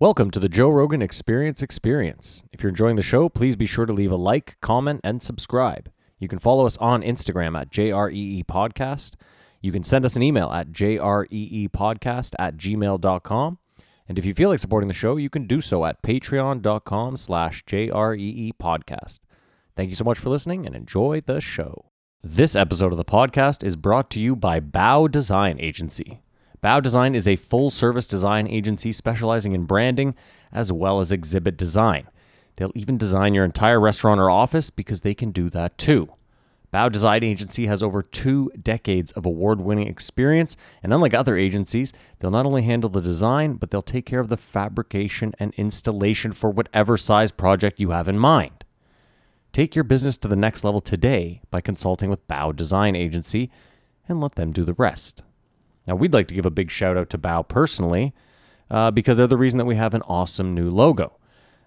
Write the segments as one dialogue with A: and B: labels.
A: Welcome to the Joe Rogan Experience Experience. If you're enjoying the show, please be sure to leave a like, comment, and subscribe. You can follow us on Instagram at JREE E Podcast. You can send us an email at jreepodcast E at gmail.com. And if you feel like supporting the show, you can do so at patreon.com slash JREE E Podcast. Thank you so much for listening and enjoy the show. This episode of the podcast is brought to you by Bow Design Agency. Bow Design is a full service design agency specializing in branding as well as exhibit design. They'll even design your entire restaurant or office because they can do that too. Bow Design Agency has over two decades of award winning experience, and unlike other agencies, they'll not only handle the design, but they'll take care of the fabrication and installation for whatever size project you have in mind. Take your business to the next level today by consulting with Bow Design Agency and let them do the rest. Now, we'd like to give a big shout out to Bow personally uh, because they're the reason that we have an awesome new logo.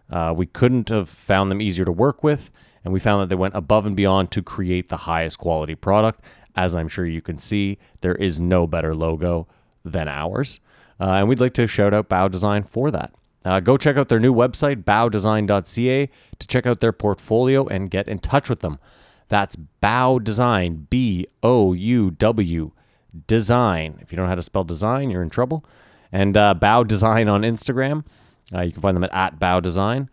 A: Uh, we couldn't have found them easier to work with, and we found that they went above and beyond to create the highest quality product. As I'm sure you can see, there is no better logo than ours. Uh, and we'd like to shout out Bow Design for that. Uh, go check out their new website, bowdesign.ca, to check out their portfolio and get in touch with them. That's Bow Design, B O U W design. If you don't know how to spell design, you're in trouble. And uh, Bow Design on Instagram. Uh, you can find them at, at Bow Design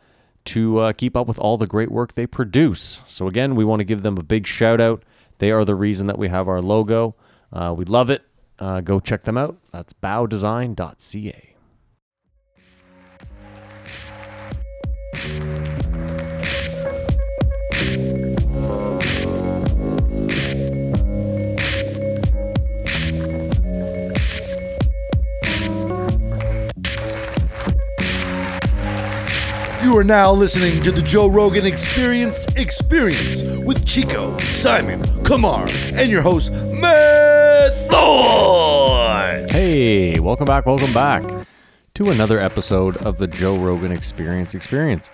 A: to uh, keep up with all the great work they produce. So, again, we want to give them a big shout out. They are the reason that we have our logo. Uh, we love it. Uh, go check them out. That's bowdesign.ca.
B: You are now listening to the Joe Rogan Experience Experience with Chico, Simon, Kamar, and your host, Matt Floyd.
A: Hey, welcome back, welcome back to another episode of the Joe Rogan Experience Experience.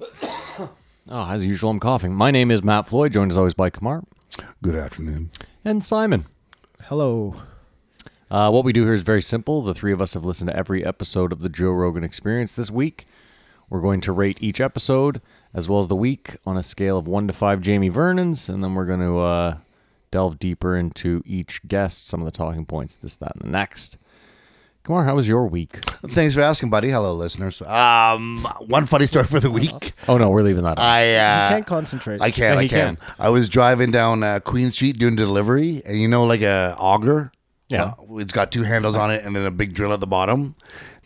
A: oh, as usual, I'm coughing. My name is Matt Floyd, joined as always by Kamar
B: Good afternoon.
A: and Simon.
C: Hello.
A: Uh, what we do here is very simple. The three of us have listened to every episode of the Joe Rogan Experience this week. We're going to rate each episode as well as the week on a scale of one to five Jamie Vernon's, and then we're going to uh, delve deeper into each guest, some of the talking points, this, that, and the next. Kamar, how was your week?
B: Thanks for asking, buddy. Hello, listeners. Um, one funny story for the week.
A: Oh no, we're leaving that. out.
B: I uh,
C: Can't concentrate.
B: I can,
A: Yeah,
B: I
A: he
B: can.
A: can.
B: I was driving down uh, Queen Street doing delivery, and you know, like a auger.
A: Yeah.
B: Uh, it's got two handles on it, and then a big drill at the bottom.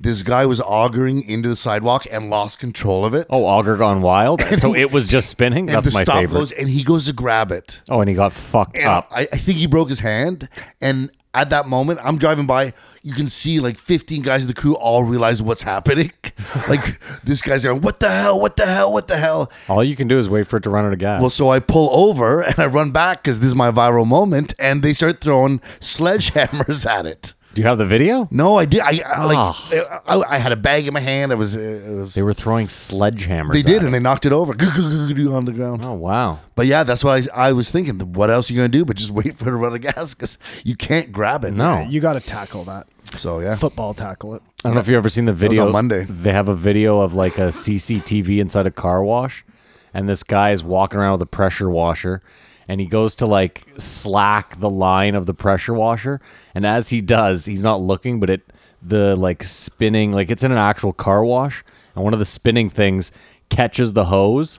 B: This guy was augering into the sidewalk and lost control of it.
A: Oh, auger gone wild. So it was just spinning.
B: and
A: That's
B: the
A: my
B: stop
A: favorite. Ah.
B: goes, and he goes to grab it.
A: Oh, and he got fucked
B: And
A: up.
B: I, I think he broke his hand. And at that moment, I'm driving by. You can see like 15 guys in the crew all realize what's happening. like this guy's going, "What the hell? What the hell? What the hell?"
A: All you can do is wait for it to run out of gas.
B: Well, so I pull over and I run back because this is my viral moment, and they start throwing sledgehammers at it.
A: do you have the video?
B: No, I did. I, I like
A: Ah.
B: I, I, I had a bag in my hand. I was. uh, It was
A: They were throwing sledgehammers.
B: they
A: at
B: did,
A: it.
B: and they knocked it over on the ground.
A: Oh wow.
B: But yeah, that's what I, I was thinking. What else are you going to do but just wait for it to run out of gas because you can't grab it.
A: No.
C: You got to tackle that.
B: So yeah.
C: Football tackle it.
A: I don't know if you've ever seen the video.
B: on Monday.
A: They have a video of like a CCTV inside a car wash, and this guy is walking around with a pressure washer, and he goes to like slack the line of the pressure washer, and as he does, he's not looking, but it the like spinning like it's in an actual car wash, and one of the spinning things catches the hose.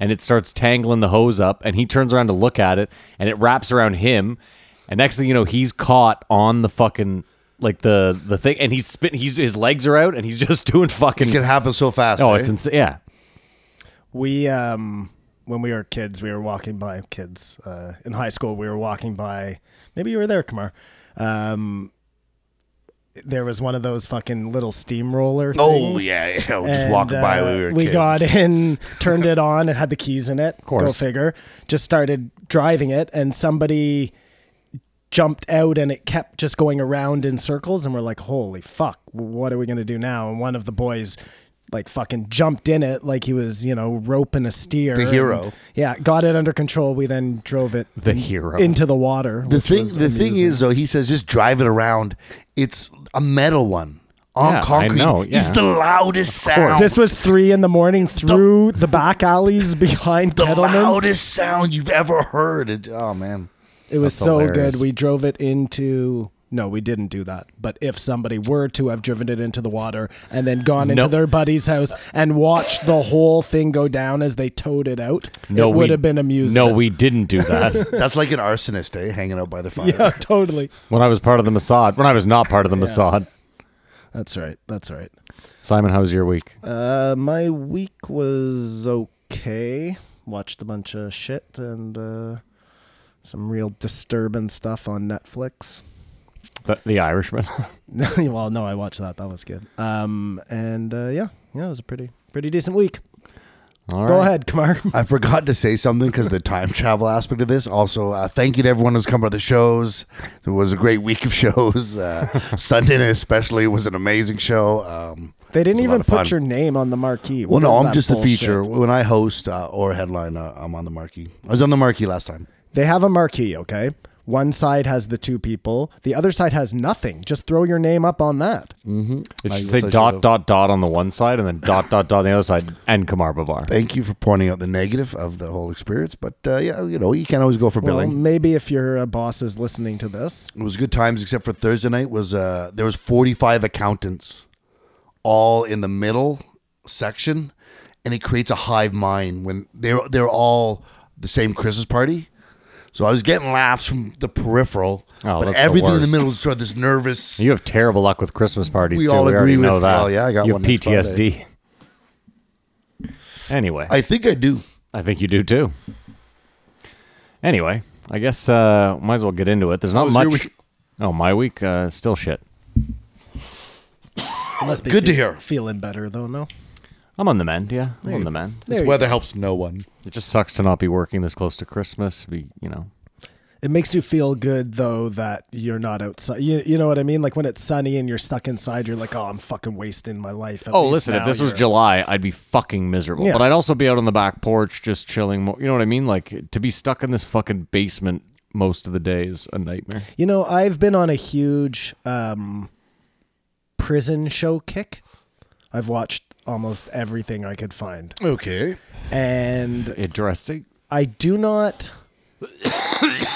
A: And it starts tangling the hose up, and he turns around to look at it, and it wraps around him. And next thing you know, he's caught on the fucking like the the thing, and he's spit. He's his legs are out, and he's just doing fucking.
B: It can happen so fast.
A: oh,
B: eh?
A: it's insane. Yeah,
C: We um when we were kids, we were walking by kids uh, in high school. We were walking by. Maybe you were there, Kamar. Um, there was one of those fucking little steamroller.
B: Oh
C: things.
B: yeah, yeah. We're just
C: And,
B: walking by. when We
C: uh,
B: were
C: we
B: kids.
C: got in, turned it on, it had the keys in it. Of Go
A: course.
C: figure. Just started driving it, and somebody jumped out, and it kept just going around in circles. And we're like, "Holy fuck! What are we gonna do now?" And one of the boys. Like fucking jumped in it like he was, you know, roping a steer.
B: The hero.
C: And, yeah, got it under control. We then drove it
A: The hero.
C: into the water.
B: The thing. The thing is though, he says just drive it around. It's a metal one. on
A: Yeah, I
B: concrete
A: know,
B: is
A: yeah.
B: the loudest sound.
C: This was three in the morning through the, back alleys behind
B: the
C: Kettleman's.
B: loudest sound you've ever heard. It, oh man,
C: It was
A: That's
C: so
A: hilarious.
C: good. We drove it into. No, we didn't do that. But if somebody were to have driven it into the water and then gone into
A: Nope.
C: their buddy's house and watched the whole thing go down as they towed it out,
A: No,
C: it
A: we-
C: would have been amusing.
A: No, we didn't do that.
B: that's like an arsonist, eh? Hanging out by the fire.
C: yeah, totally.
A: when I was part of the Mossad, when I was not part of the Mossad.
C: That's right. That's right.
A: Simon, how was your week?
C: Uh, my week was okay. Watched a bunch of shit and uh, some real disturbing stuff on Netflix.
A: The, the Irishman.
C: well, no, I watched that. That was good. Um, and uh, yeah, yeah, it was a pretty, pretty decent week.
A: All
C: Go
A: right.
C: ahead, Kamar.
B: I forgot to say something because the time travel aspect of this. Also, uh, thank you to everyone who's come to the shows. It was a great week of shows. Uh, Sunday night especially was an amazing show. Um,
C: They didn't
B: It was a lot
C: even
B: of
C: put
B: fun.
C: your name on the marquee.
B: well,
C: What
B: no,
C: is
B: I'm
C: that
B: just a
C: bullshit?
B: feature. When I host uh, or headline, uh, I'm on the marquee. I was on the marquee last time.
C: They have a marquee, okay? One side has the two people, the other side has nothing. Just throw your name up on that.
A: It should
B: I
A: say
B: guess I
A: dot
B: should've.
A: dot dot on the one side and then dot dot dot on the other side and Kamar Bavar.
B: Thank you for pointing out the negative of the whole experience, but uh, yeah, you know, you can't always go for
C: Well,
B: billing.
C: maybe if your uh, boss is listening to this,
B: It was good times, except for Thursday night was uh there was forty five accountants, all in the middle section, and it creates a hive mind when they're they're all the same Christmas party. So I was getting laughs from the peripheral,
A: Oh,
B: but
A: that's the
B: everything in the
A: worst.
B: middle was sort of this nervous.
A: You have terrible luck with Christmas parties.
B: We
A: too.
B: all
A: we
B: agree
A: already
B: with-
A: know that.
B: well, yeah, I got
A: you
B: one
A: have
B: next
A: PTSD. Anyway, I,
B: I think I do.
A: think you do too. Anyway, I guess uh, might as well get into it. There's not
B: was your
A: much.
B: week?
A: Oh, my week uh, still shit.
C: it must be
B: Good to
C: fe-
B: hear.
C: Feeling better though, no?
A: I'm on the mend. Yeah, I'm on the mend.
C: There you-
B: weather helps no one.
A: It just sucks to not be working this close to Christmas. Be you know.
C: It makes you feel good though that you're not outside. You, you know what I mean? Like when it's sunny and you're stuck inside, you're like, oh, I'm fucking wasting my life. At
A: Oh,
C: least
A: listen, if
C: now
A: this was
C: you're-
A: July, I'd be fucking miserable.
C: Yeah.
A: But I'd also be out on the back porch just chilling. More, you know what I mean? Like to be stuck in this fucking basement most of the day is a nightmare.
C: You know, I've been on a huge um, prison show kick. I've watched almost everything I could find,
B: Okay,
C: and
A: Interesting.
C: I do not.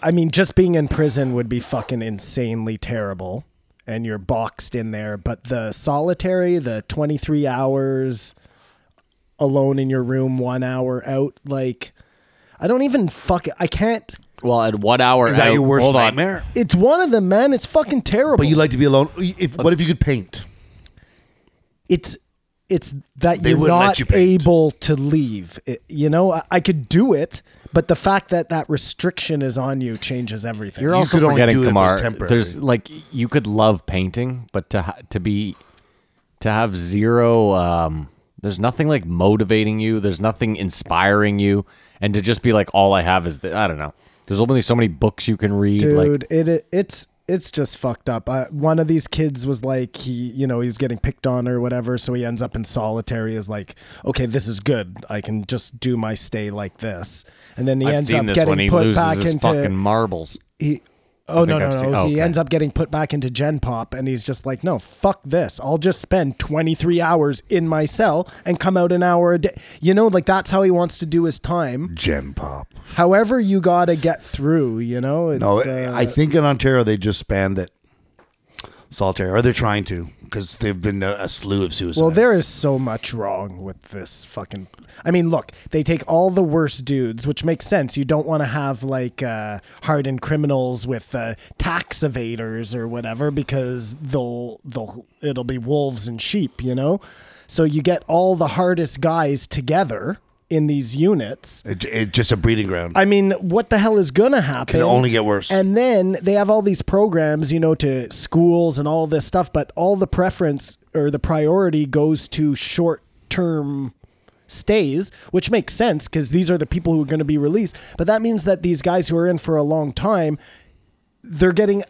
C: I mean, just being in prison would be fucking insanely terrible, and you're boxed in there. But the solitary, the 23 hours alone in your room, one hour out, like, I don't even fuck. I can't.
A: Well, at what hour?
B: is that
A: out-
B: your worst
A: hold on.
B: nightmare?
C: It's one of them, man. It's fucking terrible.
B: But you like to be alone. If what if you could paint?
C: it's it's that
B: They
C: you're
B: wouldn't let
C: not
B: you paint.
C: able to leave. It- you know, I, I could do it, but the fact that that restriction is on you changes everything.
A: You're
B: You
A: also
B: could only
A: forgetting
B: do it if it was
A: Kamar.
B: temporary.
A: There's like you could love painting, but to ha- to be to have zero. Um, there's nothing like motivating you. There's nothing inspiring you, and to just be like, all I have is the, I don't know. There's only so many books you can read. like
C: dude it, it it's it's just fucked up uh, one of these kids was like he you know he was getting picked on or whatever so he ends up in solitary is like okay this is good i can just do my stay like this and then he
A: I've
C: ends
A: seen
C: up
A: this
C: getting
A: when he
C: put
A: loses
C: back
A: his
C: into
A: fucking marbles.
C: he oh no
A: think
C: no
A: I've
C: no
A: seen- oh,
C: he
A: okay.
C: ends up getting put back into gen pop and he's just like no fuck this i'll just spend 23 hours in my cell and come out an hour a day you know like that's how he wants to do his time
A: Mm.
B: Gen pop.
C: however you gotta get through you know it's
B: No,
C: uh,
B: I think in Ontario they just banned it. Solitaire, or they're trying to, because they've been a, a slew of suicides.
C: Well, there is so much wrong with this fucking. I mean, look, they take all the worst dudes, which makes sense. You don't want to have like uh, hardened criminals with uh, tax evaders or whatever because they'll they'll it'll be wolves and sheep, you know. So you get all the hardest guys together in these units.
B: It, it's just a breeding ground.
C: I mean, what the hell is gonna happen?
B: Can only get worse.
C: And then they have all these programs, you know, to schools and all this stuff, but all the preference or the priority goes to short term stays, which makes sense because these are the people who are gonna be released. But that means that these guys who are in for a long time, they're getting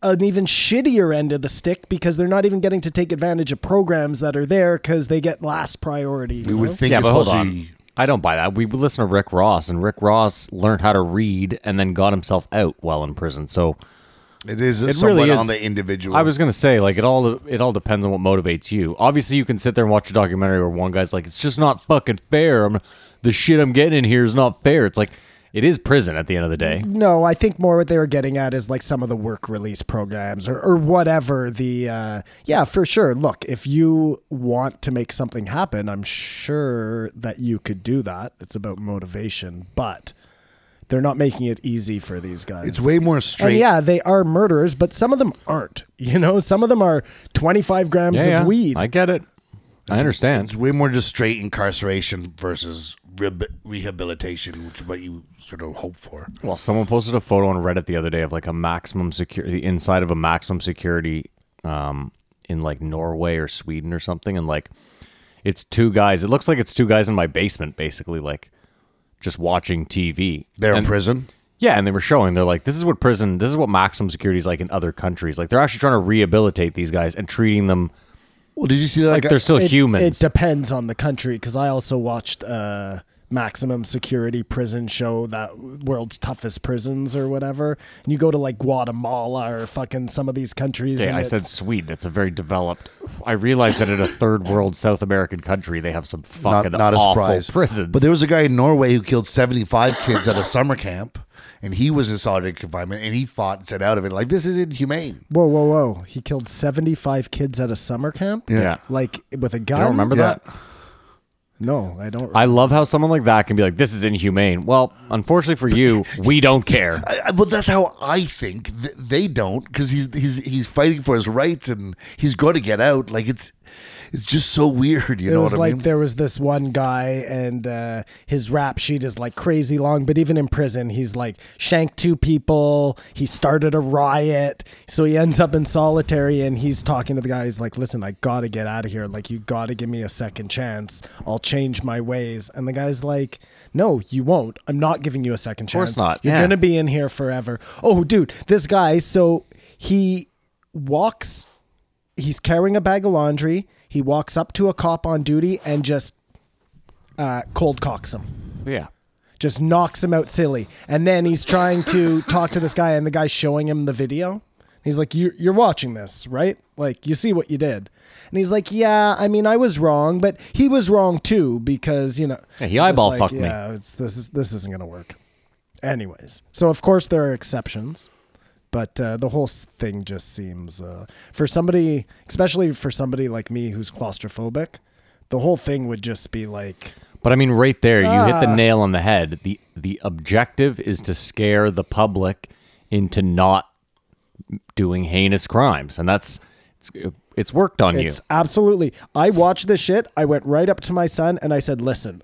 C: an even shittier end of the stick because they're not even getting to take advantage of programs that are there because they get last priority. you
B: you
C: know?
B: would think
A: Yeah,
B: it's
A: but hold
B: supposed
A: on.
B: to be.
A: I don't buy that. We listen to Rick Ross, and Rick Ross learned how to read and then got himself out while in prison. So
B: It is
A: It
B: somewhat
A: really is.
B: on the individual.
A: I was gonna say, like it all it all depends on what motivates you. Obviously, you can sit there and watch a documentary where one guy's like, "It's just not fucking fair. I'm, the shit I'm getting in here is not fair." It's like it is prison at the end of the day.
C: No, I think more what they were getting at is like some of the work release programs or, or whatever the uh, yeah for sure. Look, if you want to make something happen, I'm sure that you could do that. It's about motivation, but they're not making it easy for these guys.
B: it's way more straight.
C: and yeah, they are murderers, but some of them aren't. You know, some of them are 25 grams
A: Yeah,
C: of
A: yeah,
C: weed.
A: I get it. I understand.
B: It's way more just straight incarceration versus rehab- rehabilitation, which is what you sort of hope for.
A: Well, someone posted a photo on Reddit the other day of like a maximum security the inside of a maximum security um, in like Norway or Sweden or something, and like it's two guys. It looks like it's two guys in my basement, basically, like just watching TV.
B: They're in
A: And-
B: prison.
A: Yeah, and they were showing they're like, this is what prison, this is what maximum security is like in other countries. Like they're actually trying to rehabilitate these guys and treating them
B: Well, did you see that?
A: like
B: guy-
A: they're still
C: it, It
A: humans.
C: depends on the country because I also watched a maximum security prison show that world's toughest prisons or whatever. And you go to like Guatemala or fucking some of these countries.
A: Okay,
C: and
A: I said
C: it's-
A: Sweden. It's a very developed. I realized that in a third world South American country, they have some fucking awful prisons.
B: But there was a guy in Norway who killed 75 kids at a summer camp, and he was in solitary confinement, and he fought and set out of it. Like, this is inhumane.
C: whoa, whoa, whoa. He killed 75 kids at a summer camp?
A: Yeah.
C: Like with a gun?
A: I don't remember
B: Yeah.
A: that.
C: No, I don't.
A: I love how someone like that can be like, "This is inhumane." Well, unfortunately for you, we don't care.
B: I, I- well, that's how I think. Th- they don't because he's he's he's fighting for his rights, and he's going to get out. Like it's it's just so weird. You
C: it
B: know
C: was
B: what
C: like
B: I mean?
C: there was this one guy and uh, his rap sheet is like crazy long but even in prison he's like shanked two people he started a riot so he ends up in solitary and he's talking to the guy he's like listen i gotta get out of here like you gotta give me a second chance i'll change my ways and the guy's like no you won't i'm not giving you a second
A: course
C: chance
A: not,
C: you're
A: yeah.
C: gonna be in here forever oh dude this guy so he walks he's carrying a bag of laundry. He walks up to a cop on duty and just uh, cold cocks him,
A: Yeah,
C: just knocks him out silly. And then he's trying to talk to this guy, and the guy's showing him the video. He's like, "You- "You're watching this, right? Like, you see what you did." And he's like, "Yeah, I mean, I was wrong, but he was wrong too because you know."
A: Yeah, he
C: just
A: eyeball
C: like,
A: fucked me.
C: yeah, It's, this is, this isn't gonna work. Anyways, so of course there are exceptions but uh, the whole s- thing just seems uh, for somebody especially for somebody like me who's claustrophobic the whole thing would just be like
A: but I mean, right there, you hit the nail on the head. the The objective is to scare the public into not doing heinous crimes, and that's it's it's worked on you.
C: it's absolutely i watched this shit i went right up to my son and i said listen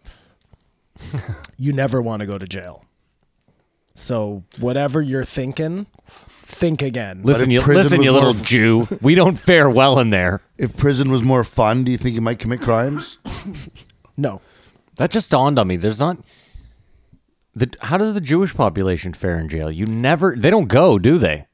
C: you never want to go to jail so whatever you're thinking think again
A: Listen,
B: if
A: you,
B: prison
A: listen,
B: was
A: you
B: more
A: little
B: of-
A: Jew. We don't fare well in there.
B: if prison was more fun, do you think you might commit crimes?
C: no
A: That just dawned on me. There's not. The, how does the Jewish population fare in jail? You never. They don't go, do they?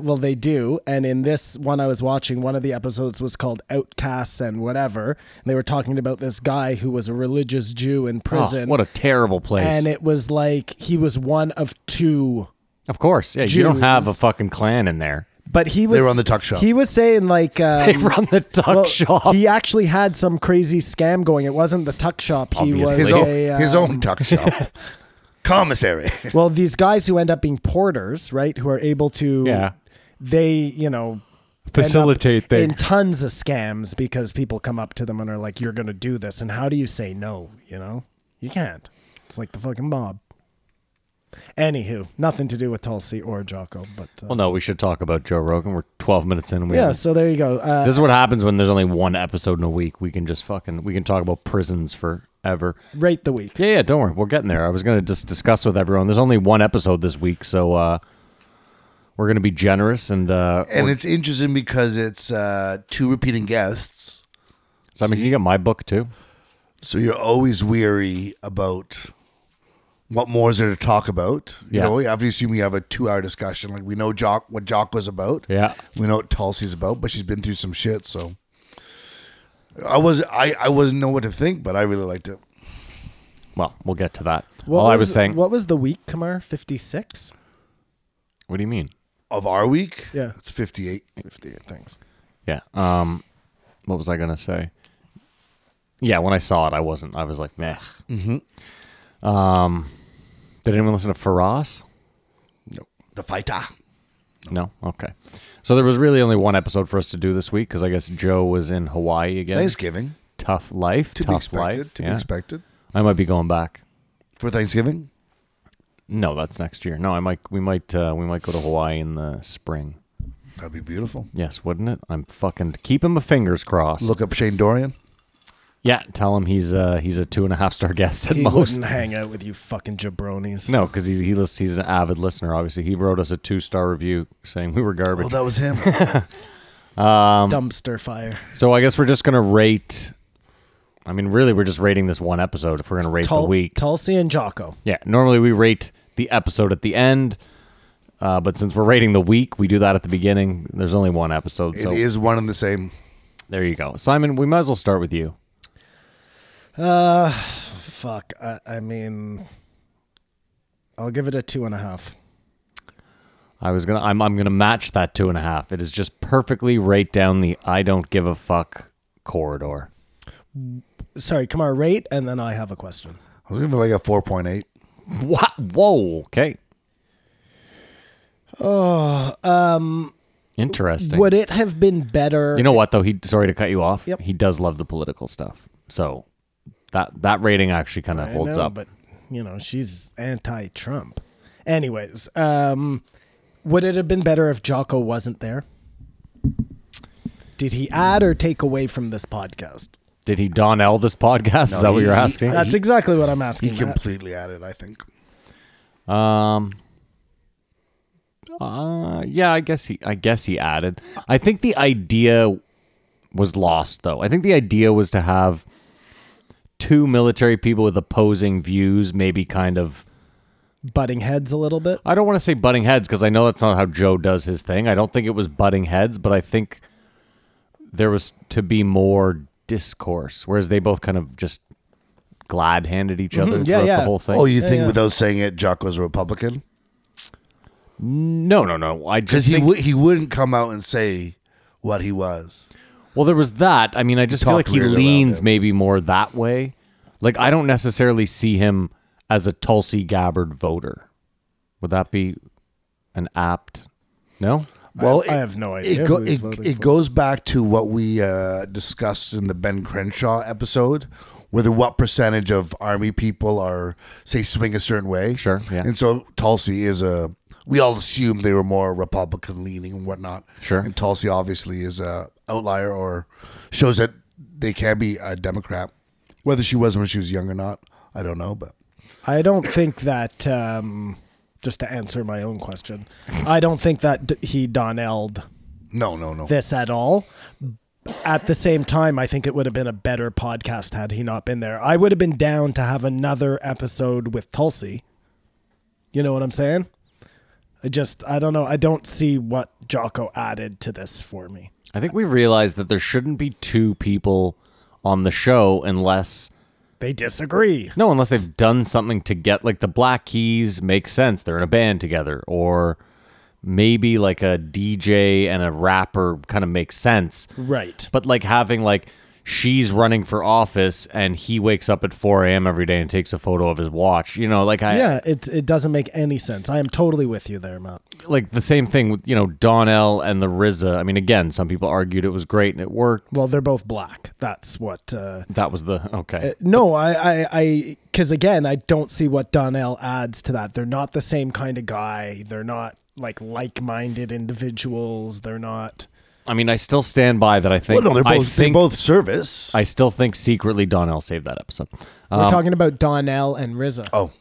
C: well they do and in this one i was watching one of the episodes was called outcasts and whatever and they were talking about this guy who was a religious jew in
A: Oh,
C: prison
A: what a terrible place.
C: and it was like he was one of two
A: Of course, yeah. You don't have a
C: Jews.
A: fucking clan in there.
C: but he was
B: were on the tuck shop.
C: he was saying like um,
A: They run the tuck
C: well,
A: shop.
C: he actually had some crazy scam going it wasn't the tuck shop he was
A: Obviously.
B: His
A: Like
B: own
C: a, uh,
B: his own tuck shop, commissary.
C: well these guys who end up being porters right who are able to
A: Yeah.
C: they you know end up
A: Facilitate things.
C: in tons of scams because people come up to them and are like you're gonna do this and how do you say no you know you can't it's like the fucking mob anywho nothing to do with tulsi or jocko but uh,
A: Well, no, we should talk about Joe Rogan. We're 12 minutes in. And we
C: yeah
A: haven't-
C: so there you go uh,
A: This is what happens when there's only one episode in a week. We can just fucking we can talk about prisons forever.
C: rate the week
A: Yeah, yeah. Don't worry, we're getting there. I was gonna just discuss with everyone. There's only one episode this week, so uh, we're gonna be generous and uh,
B: and
A: we're-
B: it's interesting because it's uh, two repeating guests.
A: so I mean, you get my book too.
B: So you're always weary about what more is there to talk about. You
A: Yeah.
B: know, you have to assume you have a two hour discussion. Like we know Jock what Jock was about.
A: Yeah.
B: We know what Tulsi's about, but she's been through some shit, so I was I, I wasn't know what to think, but I really liked it.
A: Well, we'll get to that.
C: What
A: All I was saying. What,
C: what was the week kamar 56
A: do you mean?
B: of our week,
C: Yeah.
B: it's fifty eight.
C: 58, thanks.
A: Yeah. Um, what was I gonna say? Yeah, when I saw it, I wasn't. I was like, meh. Mm-hmm. Um, did anyone listen to Faraz?
B: The ah, fighter.
A: No. Okay. So there was really only one episode for us to do this week because I guess Joe was in Hawaii again.
B: Thanksgiving.
A: Tough life.
B: To
A: tough
B: be expected.
A: life.
B: To
A: yeah.
B: be expected.
A: I might be going back.
B: For Thanksgiving?
A: No, that's next year. No, I might. We might. Uh, we might go to Hawaii in the spring.
B: That'd be beautiful.
A: Yes, wouldn't it? I'm fucking keeping my fingers crossed.
B: Look up Shane Dorian.
A: Yeah, tell him he's uh he's a two and a half star guest at
C: He
A: most.
C: wouldn't hang out with you fucking jabronis.
A: No, because he's he lists, he's an avid listener. Obviously, he wrote us a two star review saying we were garbage.
B: Oh, that was him.
C: Dumpster fire.
A: so I guess we're just gonna rate. I mean, really, we're just rating this one episode. If we're gonna rate
C: Tul-
A: the week,
C: Tulsi and Jocko.
A: yeah. Normally, we rate the episode at the end, uh, but since we're rating the week, we do that at the beginning. There's only one episode, so
B: it is one and the same.
A: there you go, Simon. We might as well start with you.
C: Uh, fuck. I, I mean, I'll give it a two and a half.
A: I was gonna. I'm. I'm gonna match that two and a half. It is just perfectly right down the I don't give a fuck corridor.
C: Sorry, come on, rate, and then I have a question.
B: I was giving it like a four point eight.
A: What? Whoa. Okay.
C: Oh, um,
A: Interesting.
C: would it have been better?
A: you know what though? He sorry to cut you off.
C: Yep.
A: He does love the political stuff. So that that rating actually kind of
C: I
A: holds
C: know,
A: up.
C: but you know she's anti-Trump. Anyways, um, would it have been better if Jocko wasn't there? Did he add or take away from this podcast?
A: Did he Donnell this podcast? Is that what
B: he-
A: you're
B: he-
A: asking?
C: That's
B: He-
C: exactly what I'm
B: He
C: asking. Matt.
B: completely added, I think.
A: um. Uh, yeah, I guess he. I guess he added. I think the idea was lost though. I think the idea was to have two military people with opposing views, maybe kind of.
C: uh, Butting heads a little bit.
A: I don't want to say butting heads because I know that's not how Joe does his thing. I don't think it was butting heads, but I think there was to be more discourse, whereas they both kind of just glad handed each other
C: yeah,
A: throughout the
C: yeah.
A: whole thing.
B: Mm-hmm. Oh, you think
C: yeah.
B: without saying it, Jocko's a Republican?
A: no, no, no. I just
B: Because he
A: think,
B: would he wouldn't come out and say what he was.
A: well, there was that. I mean, I just feel
B: talked
A: like he
B: weird around
A: leans
B: it.
A: maybe more that way. Like I don't necessarily see him as a Tulsi Gabbard voter. Would that be an apt? No.
B: Well,
C: I have no idea
B: It, go-
C: who he's
B: it-
C: voting
B: it
C: for.
B: goes back to what we uh, discussed in the Ben Crenshaw episode, whether what percentage of army people are say swing a certain way.
A: Sure, yeah.
B: And so Tulsi is a. We all assume they were more Republican leaning and whatnot.
A: Sure.
B: And Tulsi obviously is a outlier or shows that they can be a Democrat, whether she was when she was young or not. I don't know, but
C: I don't think that. Um, just to answer my own question, I don't think that d- he Donnelled
B: no, no, no.
C: this at all. At the same time, I think it would have been a better podcast had he not been there. I would have been down to have another episode with Tulsi. You know what I'm saying? I just, I don't know. I don't see what Jocko added to this for me.
A: I think we realized that there shouldn't be two people on the show unless
C: They disagree.
A: no, unless they've done something to get like the Black Keys makes sense. They're in a band together, or maybe like a DJ and a rapper kind of makes sense.
C: Right.
A: But like having like she's running for office and he wakes up at 4 a.m. every day and takes a photo of his watch. You know, like I
C: Yeah, it, it doesn't make any sense. I am totally with you there, Matt.
A: like the same thing with you know Donnell and the RZA. I mean, again, some people argued it was great and it worked.
C: Well, they're both black. That's what. Uh,
A: That was the okay.
C: no, I, I, I, because again, I don't see what Donnell adds to that. They're not the same kind of guy. They're not like like-minded individuals. They're not.
A: I mean, I still stand by that. I
B: Well,
A: think.
B: no, they're
A: I
B: both they
A: think-
B: both service.
A: I still think secretly Donnell saved that episode. Uh,
C: We're talking about Donnell and Rizza.
B: oh,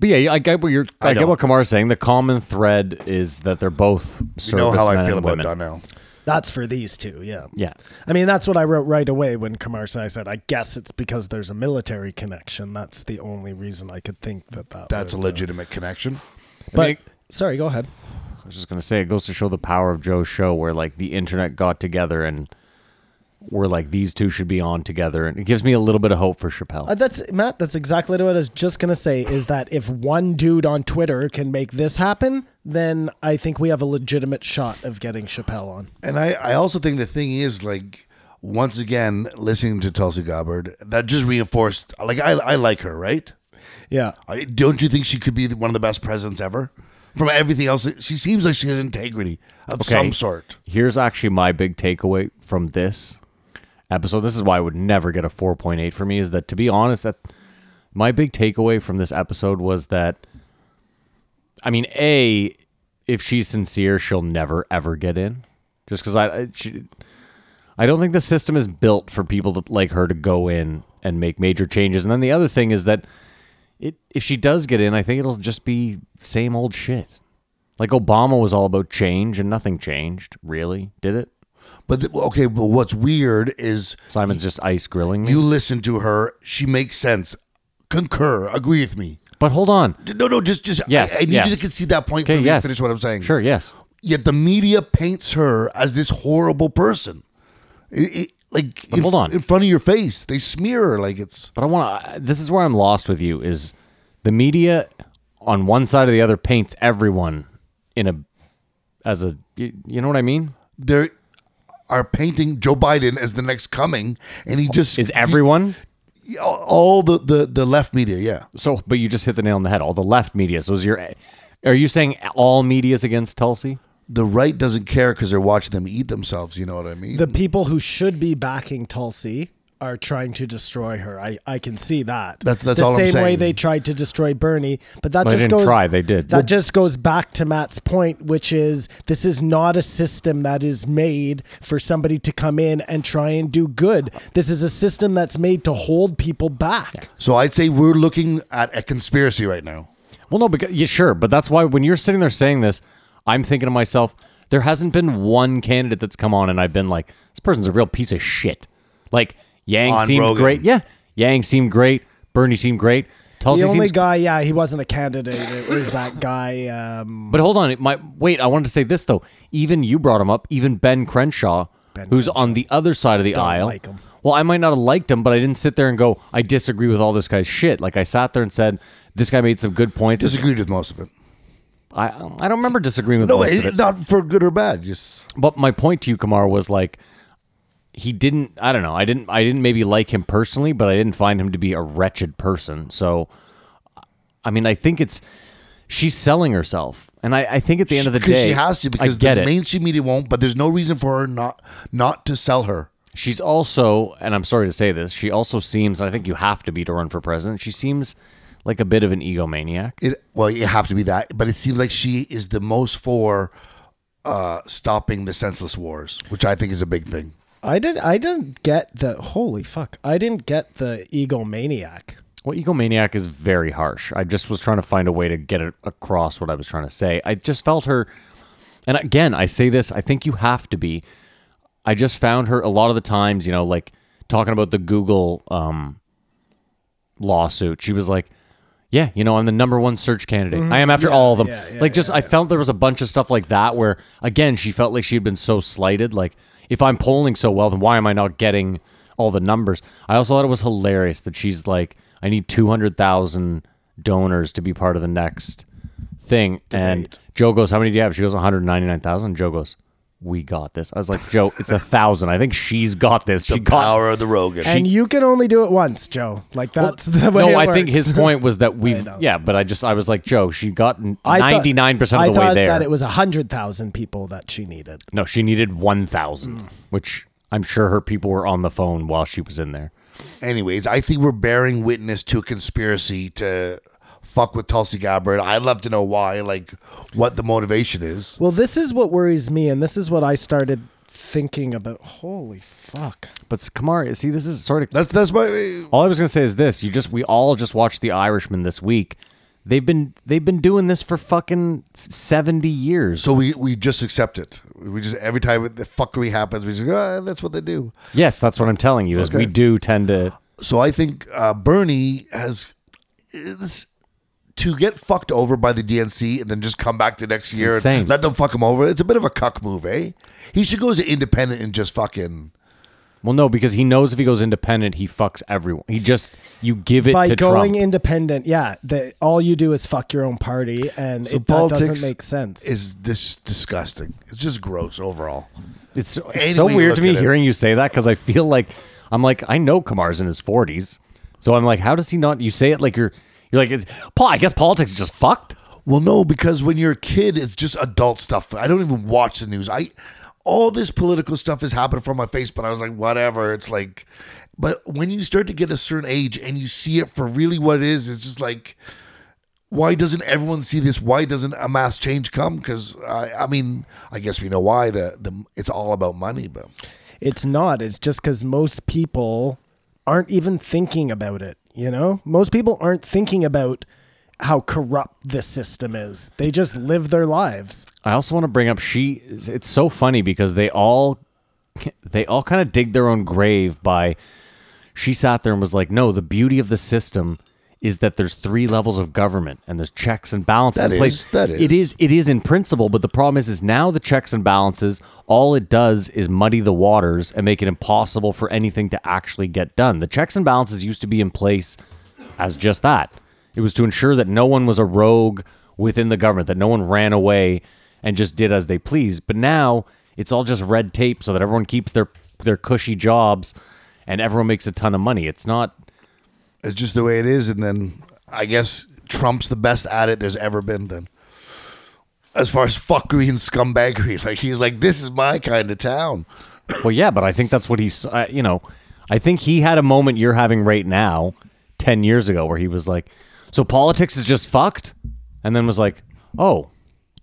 A: but yeah, I get what you're. I,
B: I
A: get
B: don't.
A: what Kamar's saying. The common thread is that they're both.
B: you know how I
A: servicemen
B: feel
A: and
B: about
A: women.
B: Donnell.
C: That's for these two. Yeah.
A: Yeah,
C: I mean, that's what I wrote right away when Kamar Sai said, "I guess it's because there's a military connection." That's the only reason I could think that that.
B: That's a
C: would-
B: legitimate connection.
A: I
C: But
A: mean,
C: sorry, go ahead.
A: I was just gonna say it goes to show the power of Joe's show, where like the internet got together and we're like these two should be on together, and it gives me a little bit of hope for Chappelle.
C: Uh, that's Matt. That's exactly what I was just gonna say. Is that if one dude on Twitter can make this happen, then I think we have a legitimate shot of getting Chappelle on.
B: And I, I also think the thing is like once again listening to Tulsi Gabbard that just reinforced like I I like her right.
C: Yeah.
B: I, don't you think she could be one of the best presidents ever? From everything else, she seems like she has integrity of some sort.
A: Here's actually my big takeaway from this episode. This is why I would never get a 4.8 for me is that to be honest that my big takeaway from this episode was that I mean, A if she's sincere, she'll never ever get in. Just cuz I I, she, I don't think the system is built for people to, like her to go in and make major changes. And then the other thing is that it if she does get in, I think it'll just be same old shit. Like Obama was all about change and nothing changed, really, did it?
B: But the, okay, but what's weird is
A: Simon's just ice grilling me.
B: you listen to her; she makes sense. Concur, agree with me.
A: But hold on.
B: No, no, just, just.
A: Yes,
B: I, I need
A: yes.
B: you to concede that point for
A: Okay,
B: me
A: yes.
B: to finish what I'm saying.
A: Sure, yes.
B: Yet the media paints her as this horrible person, It- it- like in,
A: hold on.
B: in front of your face. They smear her like it's.
A: But I want to. This is where I'm lost with you. Is the media on one side or the other paints everyone in a as a you, you know what I mean?
B: They are painting Joe Biden as the next coming, and he just
A: Is everyone
B: all the, the the left media yeah
A: so? But you just hit the nail on the head. All the left media. So is your are you saying all media's against Tulsi?
B: the right doesn't care because they're watching them eat themselves you know what i mean
C: The people who should be backing Tulsi are trying to destroy her. I, I can see that.
B: That's- that's
C: the
B: all I'm
C: same way
B: saying.
C: they tried to destroy Bernie, but that
A: Well, they
C: just
A: didn't
C: goes
A: try, they did.
C: That
A: Well-
C: just goes back to Matt's point, which is this is not a system that is made for somebody to come in and try and do good. This is a system that's made to hold people back.
B: so i'd say we're looking at a conspiracy right now
A: Well, no, because yeah, sure, but that's why when you're sitting there saying this, I'm thinking to myself, there hasn't been one candidate that's come on, and I've been like, this person's a real piece of shit. Like Yang
B: On
A: seemed
B: Rogan.
A: great, yeah. Yang seemed great. Bernie seemed great. Tulsi
C: the only
A: seems.
C: guy, yeah, he wasn't a candidate. It was that guy. Um,
A: but hold on, it might wait. I wanted to say this though. Even you brought him up. Even Ben Crenshaw, who's on the other side of the aisle.
C: like him.
A: Well, I might not have liked him, but I didn't sit there and go, I disagree with all this guy's shit. Like I sat there and said, this guy made some good points.
B: disagreed with most of it
A: I I don't remember disagreeing with
B: no
A: most of
B: it,
A: it.
B: not for good or bad just
A: but my point to you kamar was like he didn't i don't know i didn't i didn't maybe like him personally but i didn't find him to be a wretched person so i mean i think it's she's selling herself and i, I think at the end of the
B: because
A: day
B: she has to because
A: I get
B: the
A: it.
B: mainstream media won't but there's no reason for her not not to sell her
A: she's also and i'm sorry to say this she also seems and i think you have to be to run for president she seems like a bit of an egomaniac
B: it well you have to be that but it seems like she is the most for uh stopping the senseless wars which i think is a big thing
C: I did. I didn't get the holy fuck. I didn't get the egomaniac.
A: Well, egomaniac is very harsh. I just was trying to find a way to get it across what I was trying to say. I just felt her, and again, I say this, I think you have to be. I just found her a lot of the times, you know, like talking about the Google um, lawsuit. She was like, yeah, you know, I'm the number one search candidate. I am after all of them.
C: Mm-hmm. yeah, yeah,
A: like, just I felt there was a bunch of stuff like that where, again, she felt like she had been so slighted. Like, if I'm polling so well, then why am I not getting all the numbers? I also thought it was hilarious that she's like, I need 200,000 donors to be part of the next thing. And Joe goes, How many do you have? She goes, 199,000. Joe goes, We got this. I was like, Joe, it's a thousand. I think she's got this. she got
B: power of the rogan
C: and you can only do it once, Joe. Like that's the way.
A: no,
C: it
A: I think
C: works.
A: his point was that we've yeah, but I just I was like Joe, she got
C: I thought-
A: ninety nine percent of the
C: I
A: way
C: thought
A: there.
C: that it was hundred thousand people that she needed.
A: no, she needed one thousand,
C: Mm.
A: which I'm sure her people were on the phone while she was in there.
B: anyways, I think we're bearing witness to a conspiracy to fuck with Tulsi Gabbard. I'd love to know why, like what the motivation is.
C: Well, this is what worries me, and this is what I started thinking about. Holy fuck!
A: But s- Kamari, see, this is sort of
B: That's that's my
A: all I was gonna say is this: you just we all just watched The Irishman this week. They've been they've been doing this for fucking seventy years.
B: so we we just accept it. We just every time the fuckery happens, we just go, ah, that's what they do.
A: yes, that's what I'm telling you. Is we do tend to
B: So I think uh, Bernie has is, to get fucked over by the DNC and then just come back the next year
A: insane.
B: and let them fuck him over. It's a bit of a cuck move, eh? He should go as an independent and just fucking
A: Well, no, because he knows if he goes independent, he fucks everyone. He just you give it
C: By
A: to
C: going
A: Trump.
C: independent, yeah, the, all you do is fuck your own party, and
B: So
C: it, that
B: politics
C: doesn't make sense.
B: Is this disgusting? It's just gross overall.
A: it's so, it's
B: any
A: so
B: way you
A: weird to
B: look
A: me
B: at it.
A: hearing you say that because I feel like I'm like I know Kamar's in his 40s, so I'm like, how does he not? You say it like you're you're like, it's, Paul. I guess politics is just fucked.
B: Well, no, because when you're a kid, it's just adult stuff. I don't even watch the news. I all this political stuff is happening from my face, but I was like, whatever. It's like, but when you start to get a certain age and you see it for really what it is, it's just like, why doesn't everyone see this? Why doesn't a mass change come? Because I, I mean, I guess we know why. The the it's all about money, but
C: It's not. It's just because most people aren't even thinking about it. You know, most people aren't thinking about how corrupt this system is. They just live their lives.
A: I also want to bring up she. It's so funny because they all, they all kind of dig their own grave by. She sat there and was like, "No, the beauty of the system is that there's three levels of government and there's checks and balances
B: That
A: in place.
B: is- that is.
A: It is it is in principle, but the problem is is now the checks and balances. All it does is muddy the waters and make it impossible for anything to actually get done. The checks and balances used to be in place as just that. It was to ensure that no one was a rogue within the government, that no one ran away and just did as they pleased. But now it's all just red tape so that everyone keeps their their cushy jobs and everyone makes a ton of money. It's not
B: it's just the way it is. And then I guess Trump's the best at it there's ever been. Then, as far as fuckery and scumbaggery, like he's like, this is my kind of town.
A: Well, yeah, but I think that's what he's. Uh, you know, I think he had a moment you're having right now, ten years ago, where he was like, "So politics is just fucked," and then was like, "Oh,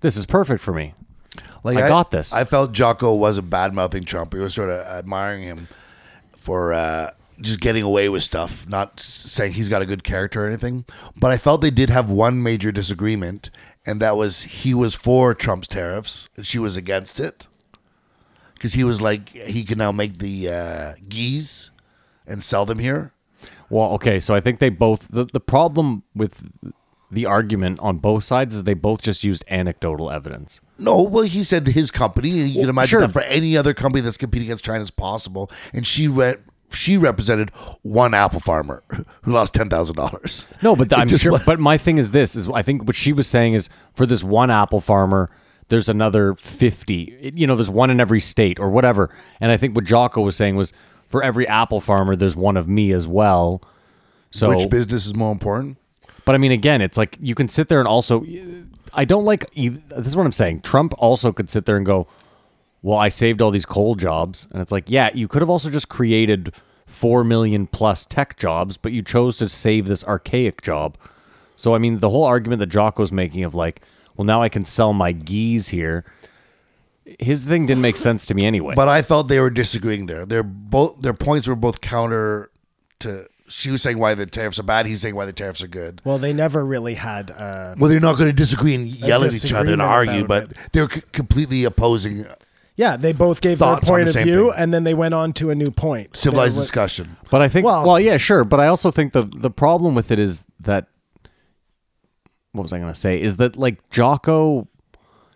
A: this is perfect for me."
B: Like
A: I got this.
B: I felt Jocko wasn't bad mouthing Trump. He was sort of admiring him for uh, just getting away with stuff, not s- saying he's got a good character or anything. But I felt they did have one major disagreement, and that was he was for Trump's tariffs, and she was against it. Because he was like, he can now make the uh, geese and sell them here.
A: Well, okay, so I think they both the, the problem with the argument on both sides is they both just used anecdotal evidence.
B: No, well, he said his company, and you can imagine
A: sure.
B: that for any other company that's competing against China is possible. And she re- she represented one apple farmer who lost ten thousand dollars.
A: No, but I'm
B: just
A: sure.
B: was-
A: But my thing is this: is I think what she was saying is for this one apple farmer, there's another fifty. It- You know, there's one in every state or whatever. And I think what Jocko was saying was for every apple farmer, there's one of me as well. So,
B: Which business is more important?
A: but I mean, again, it's like you can sit there and also, I don't like. eith- This is what I'm saying. Trump also could sit there and go, "Well, I saved all these coal jobs," and it's like, yeah, you could have also just created four million plus tech jobs, but you chose to save this archaic job. So I mean, the whole argument that Jocko's making of like, well, now I can sell my geese here. His thing didn't make sense to me anyway.
B: But I felt they were disagreeing there. Their both their points were both counter to. She was saying why the tariffs are bad. He's saying why the tariffs are good.
C: Well, they never really had. Uh,
B: Well, they're not going to disagree and yell at each other and
C: disagreement
B: argue,
C: about
B: but they're c- completely opposing
C: yeah, they both gave their
B: Thoughts on
C: point
B: the
C: of
B: same
C: view,
B: thing.
C: and then they went on to a new point.
B: civilized
C: There wa-
B: discussion.
A: But I think well,
C: Well-
A: yeah, sure. But I also think the the problem with it is that what was I gonna say? Is that like Jocko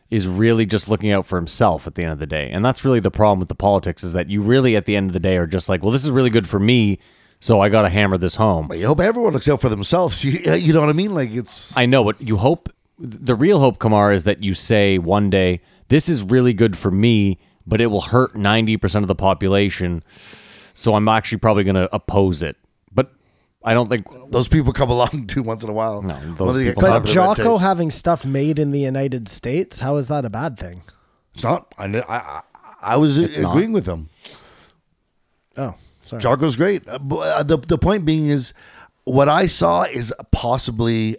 A: is really just looking out for himself at the end of the day. And that's really the problem with the politics is that you really at the end of the day are just like, Well, this is really good for me, so I gotta hammer this home.
B: But you hope everyone looks out for themselves. You, you know what I mean? Like it's
A: I know, but you hope the real hope, Kamar, is that you say one day, this is really good for me, but it will hurt 90% of the population. So I'm actually probably going to oppose it. But I don't think
B: Those people come along too once in a while. No,
A: those people Well,
C: But Jocko having stuff made in the United States, how is that a bad thing?
B: It's not. I, kn- I, I, I was
A: not.
B: agreeing with him.
C: Oh, sorry.
B: Jocko's great. Uh, but, uh, the the point being is, what I saw is possibly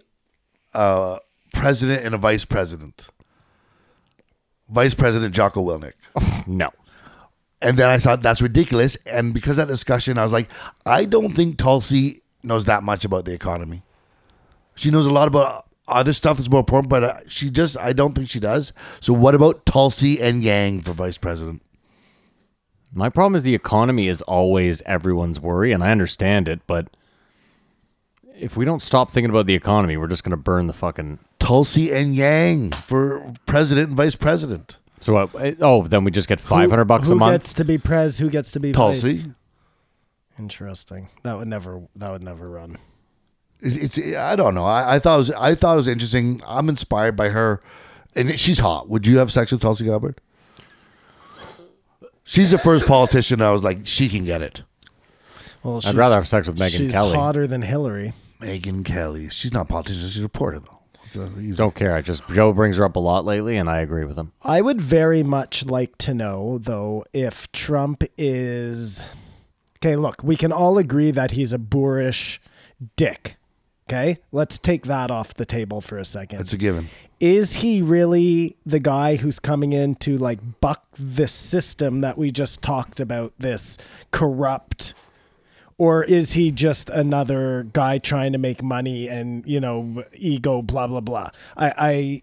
B: a president and a vice president. Vice President Jocko Wilnick.
A: no.
B: And then I thought that's ridiculous. And because of that discussion, I was like, I don't think Tulsi knows that much about the economy. She knows a lot about other stuff that's more important, but uh, she just, I don't think she does. So what about Tulsi and Yang for vice president?
A: My problem is the economy is always everyone's worry, and I understand it, but if we don't stop thinking about the economy, we're just going to burn the fucking.
B: Tulsi and Yang for president and vice president.
A: So uh, eh, oh, then we just get five hundred bucks
C: who
A: a month.
C: Who gets to be prez? Who gets to be
B: Tulsi.
C: vice? Interesting. That would never. That would never run.
B: It's, it's I don't know. I, I thought it was I thought it was interesting. I'm inspired by her, and she's hot. Would you have sex with Tulsi Gabbard? She's the first politician I was like, she can get it.
C: Well,
A: I'd rather have sex with Megyn
C: she's
A: Kelly.
C: hotter than Hillary.
B: Megan Kelly. She's not a politician. She's a reporter though. So he's-
A: Don't care. I just Joe brings her up a lot lately, and I agree with him.
C: I would very much like to know, though, if Trump is. Okay, look, we can all agree that he's a boorish dick. Okay, let's take that off the table for a second.
B: It's a given.
C: is he really the guy who's coming in to like buck this system that we just talked about this corrupt or is he just another guy trying to make money and you know ego blah blah blah i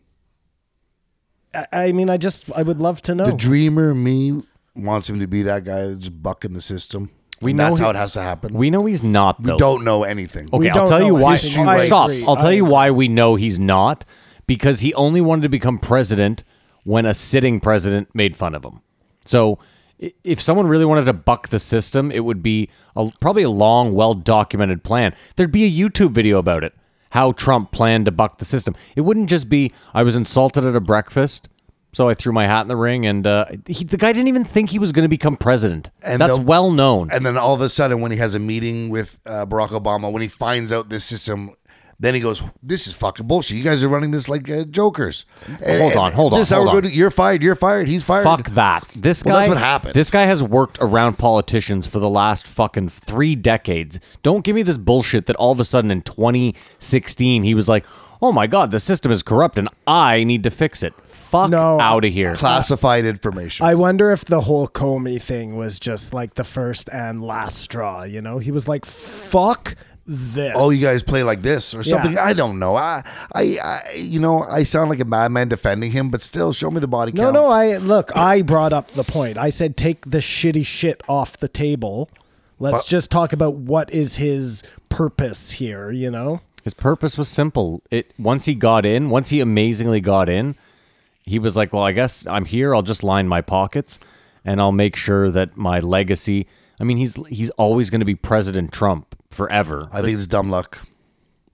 C: i i I mean i just i would love to know
A: Oh.
B: The dreamer in me wants him to be that guy that's bucking the system.
A: We
B: And
A: know
B: that's
A: he-
B: how it has to happen. We
A: We know he's not. Though.
B: don't know anything.
A: Okay,
C: We
A: I'll
C: don't
A: tell
C: know
A: you why.
C: anything.
B: I
A: Stop.
C: agree.
A: I'll tell
C: I
A: you
C: agree.
A: why we know he's not because he only wanted to become president when a sitting president made fun of him. So i- if someone really wanted to buck the system, it would be a, probably a long, well documented plan. There'd be a YouTube video about it. How Trump planned to buck the system. It wouldn't just be I was insulted at a breakfast, so I threw my hat in the ring, and uh, he, the guy didn't even think he was going to become president.
B: And
A: That's
B: they'll-
A: well known.
B: And then all of a sudden, when he has a meeting with uh, Barack Obama, when he finds out this system, then he goes, "This is fucking bullshit. You guys are running this like uh, jokers." And-
A: Hold on, hold on,
B: This is how
A: hold
B: we're
A: on.
B: going to. You're fired. You're fired. He's fired.
A: Fuck that. This
B: Well,
A: guy.
B: that's what happened.
A: This guy has worked around politicians for the last fucking three decades. Don't give me this bullshit that all of a sudden in 2016 he was like, "Oh my god, the system is corrupt and I need to fix it." Fuck
C: No.
A: out of here.
B: Classified information.
C: I wonder if the whole Comey thing was just like the first and last straw, you know? He was like, fuck this.
B: oh, you guys play like this or something.
C: Yeah.
B: I don't know. I, I, I, you know, I sound like a madman defending him, but still, show me the body
C: No,
B: count.
C: no, I look, I brought up the point. I said take the shitty shit off the table. Let's just talk about what is his purpose here, you know?
A: His purpose was simple. It once he got in, once he amazingly got in, he was like, "Well, I guess I'm here. I'll just line my pockets, and I'll make sure that my legacy." I mean, he's he's always going to be President Trump forever.
B: I think it's dumb luck.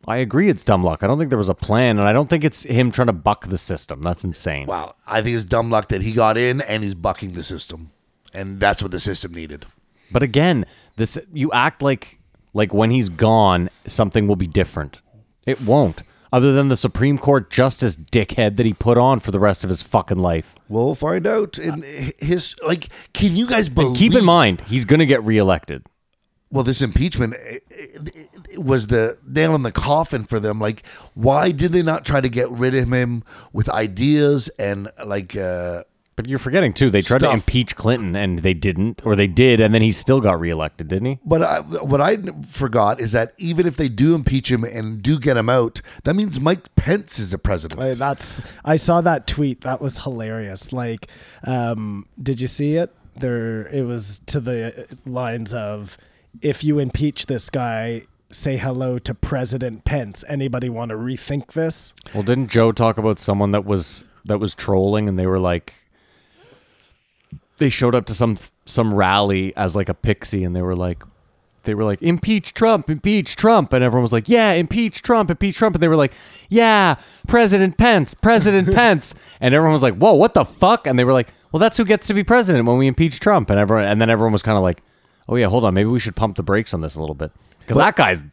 A: I agree it's dumb luck. I don't think there was a plan, and I don't think it's him trying to buck the system. That's insane.
B: Wow, I think it's dumb luck that he got in and he's bucking the system, and that's what the system needed.
A: But again, this you act like like when he's gone, something will be different. It won't. Other than the Supreme Court justice dickhead that he put on for the rest of his fucking life.
B: We'll find out. And Uh, his like, can you guys believe?
A: Keep in mind, he's gonna get reelected.
B: well, this impeachment it, it, it was the nail in the coffin for them. Like, why did they not try to get rid of him with ideas and like? uh
A: But you're forgetting too, they tried
B: Stuff.
A: to impeach Clinton and they didn't, or they did, and then he still got reelected, didn't he?
B: But I, what I forgot is that even if they do impeach him and do get him out, that means Mike Pence is the president.
C: I- That's I saw that tweet. That was hilarious. Like, um, did you see it? There, it was to the lines of, "If you impeach this guy, say hello to President Pence." Anybody want to rethink this?
A: Well, didn't Joe talk about someone that was that was trolling and they were like they showed up to some some rally as like a pixie and they were like they were like impeach Trump, impeach Trump and everyone was like, "Yeah, impeach Trump, impeach Trump." And they were like, "Yeah, President Pence, President Pence." And everyone was like, "Whoa, what the fuck?" And they were like, "Well, that's who gets to be president when we impeach Trump." And everyone and then everyone was kind of like, "Oh yeah, hold on, maybe we should pump the brakes on this a little bit." Cuz that guy's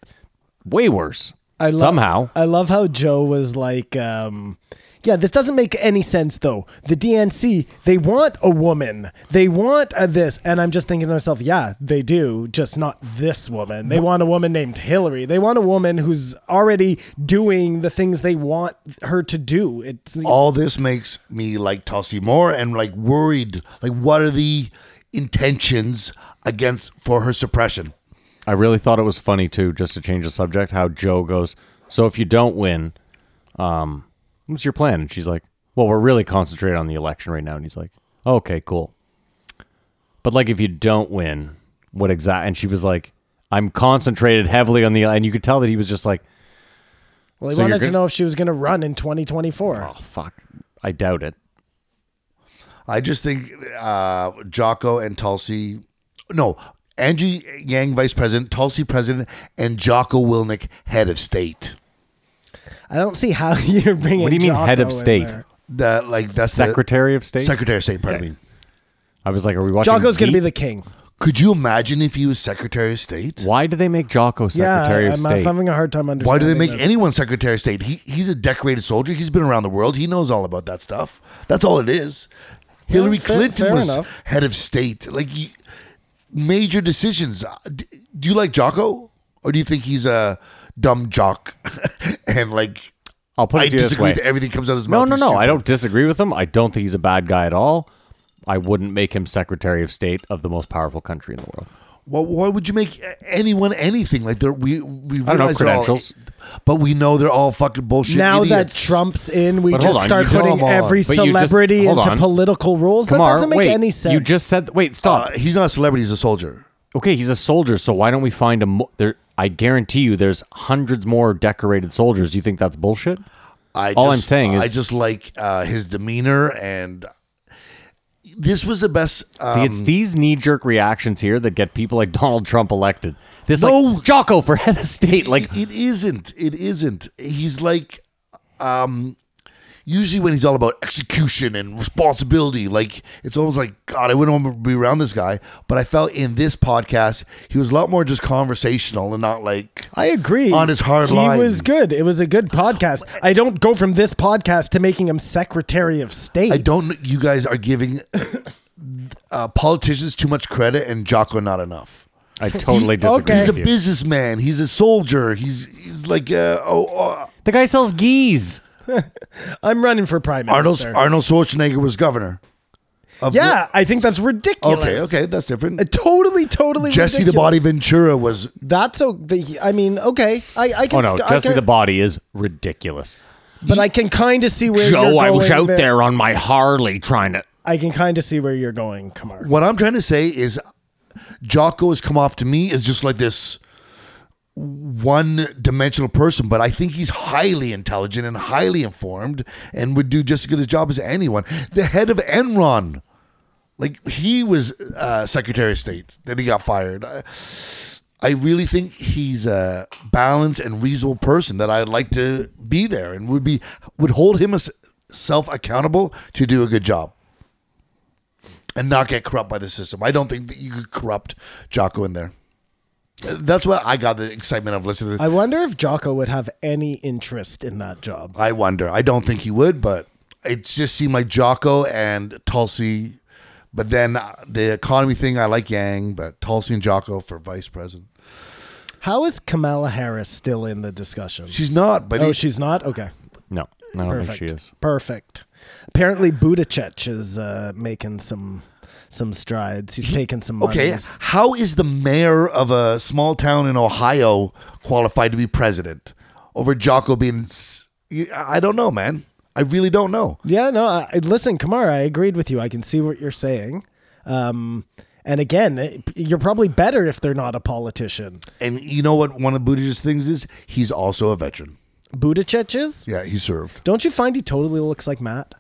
A: way worse.
C: I love,
A: somehow.
C: I love how Joe was like, um, yeah, this doesn't make any sense though. The DNC, they want a woman. They want a this. And I'm just thinking to myself, yeah, they do, just not this woman. They want a woman named Hillary. They want a woman who's already doing the things they want her to do. It's
A: Oh,
B: all this makes me like Tulsi more and like worried. Like, what are the intentions against for her suppression?
A: I really thought it was funny too, just to change the subject, how Joe goes, So if you don't win, um, what's your plan? And she's like, Well, we're really concentrated on the election right now. And he's like, Okay, cool. But like if you don't win, what exact and she was like, I'm concentrated heavily on the and you could tell that he was just like,
C: well, they
A: so you're
C: wanted to
A: good-
C: know if she was going to run in 2024.
A: Oh fuck. I doubt it.
B: I just think uh, Jocko and Tulsi, no, Angie Yang, vice president, Tulsi, president, and Jocko Wilnick, head of state.
C: I don't see how you're bringing.
A: What do you mean, head of
C: Jocko in
A: state?
C: there.
B: That like that's the-
A: Secretary of State.
B: Secretary of State. Pardon me.
A: I was like, are we watching?
C: Jocko's going to
A: Veep?
C: be the king.
B: Could you imagine if he was Secretary of State?
A: Why do they make Jocko Secretary
C: yeah,
A: of
C: I'm, I'm
A: State?
C: having a hard time
B: Why
C: understanding.
B: do they make
C: this.
B: anyone Secretary of State? He, he's a decorated soldier. He's been around the world. He knows all about that stuff. That's all it is. Hillary
C: fair-
B: Clinton
C: fair
B: was
C: enough.
B: head of state. Like he- major decisions. Uh, d- Do you like Jocko, or do you think he's a dumb jock? and like,
A: I'll put
B: I
A: it to you this
B: disagree
A: way.
B: with everything comes out of his
A: No,
B: mouth.
A: no,
B: He's
A: no. I
B: stupid.
A: don't disagree with him. I don't think he's a bad guy at all. I wouldn't make him Secretary of State of the most powerful country in the world.
B: Why, why would you make a- anything? anything? Like they're, we we
A: I don't know
B: realize they're all-
A: credentials.
B: but we know they're all fucking bullshit.
C: Now
B: idiots.
C: that Trump's in, we
A: But hold
C: just
A: on,
C: start
A: you just-
C: putting
B: Come on.
C: every
A: But you just-
C: celebrity
A: hold
C: into
A: on.
C: political rules. that
A: Kamar,
C: doesn't make
A: wait.
C: any sense.
A: You just said. Wait, stop.
B: Uh, he's not a celebrity; he's a soldier.
A: okay, he's a soldier. So why don't we find him? Mo- there, I guarantee you, there's hundreds more decorated soldiers. You think that's bullshit?
B: I
A: All
B: just,
A: I'm saying
B: I
A: is-
B: just like uh, his demeanor, and this was the best. Um,
A: See, it's these knee-jerk reactions here that get people like Donald Trump elected. This
B: No.
A: like Jocko for head of state. Like
B: it isn't. It isn't. He's like, um, usually when he's all about execution and responsibility, like it's almost like God, I wouldn't want to be around this guy. But I felt in this podcast, he was a lot more just conversational and not like.
C: I agree.
B: On his hard
C: he
B: line.
C: was good. It was a good podcast. I don't go from this podcast to making him Secretary of State.
B: I don't. You guys are giving uh, politicians too much credit and Jocko not enough.
A: I totally
B: He-
A: disagree.
C: okay.
B: He's a
A: with you.
B: businessman. He's a soldier. He's he's like uh, oh, oh
A: the guy sells geese.
C: I'm running for prime
B: Arnold
C: minister.
B: Arnold Schwarzenegger was governor. Of
C: yeah, I think that's
B: the-
C: ridiculous.
B: okay. Okay. That's different.
C: Uh, Totally, totally.
B: Jesse the
C: ridiculous.
B: Body Ventura was
C: That's o- the I mean, okay. I, I can.
A: Oh no,
C: st- I
A: Jesse
C: can-
A: the Body is ridiculous.
C: But I can kind of see where you're
A: Joe,
C: going
A: I was out
C: there.
A: there on my Harley trying to.
C: I can kind of see where you're going, Kamar.
B: what I'm trying to say is Jocko has come off to me as just like this one dimensional person, but I think he's highly intelligent and highly informed and would do just as good a job as anyone. The head of Enron, like he was uh, Secretary of State, then he got fired. I, I really think he's a balanced and reasonable person that I'd like to be there and would be would hold himself accountable to do a good job and not get corrupt by the system. I don't think that you could corrupt Jocko in there. That's what I got the excitement of listening. to.
C: I wonder if Jocko would have any interest in that job.
B: I wonder. I don't think he would, but it just seemed like Jocko and Tulsi. But then uh, the economy thing, I like Yang, but Tulsi and Jocko for vice president.
C: How is Kamala Harris still in the discussion?
B: She's not, but
C: oh,
B: he-
C: she's not. Okay,
A: No, I don't
C: perfect.
A: think she is.
C: Perfect. Apparently, Buttigieg is uh, making some some strides. He's taking some.
B: okay.
C: monies.
B: How is the mayor of a small town in Ohio qualified to be president over Jocko being? s- I I don't know, man. I really don't know.
C: Yeah, no. I, I- listen, Kamara, I agreed with you. I can see what you're saying. Um, and again, it, you're probably better if they're not a politician.
B: And you know what? One of Buttigieg's things is he's also a veteran.
C: Buttigieg is.
B: Yeah, he served.
C: Don't you find he totally looks like Matt?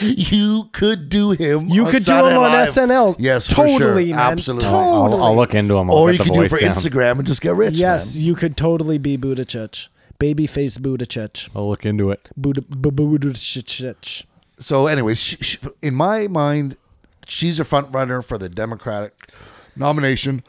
B: You could do him.
C: You could do him on SNL.
B: Yes,
C: Totally,
B: for sure.
C: man.
B: absolutely.
C: Totally.
A: I'll, I'll look into him. I'll
B: Or
A: get the
B: you could do it
A: voice
B: for
A: down.
B: Instagram and just get rich.
C: Yes,
B: man.
C: you could totally be Buttigieg. Babyface Buttigieg.
A: I'll look into it.
C: Bud- Bu- Buttigieg.
B: So, anyways, she, she, in my mind, she's a front runner for the Democratic nomination.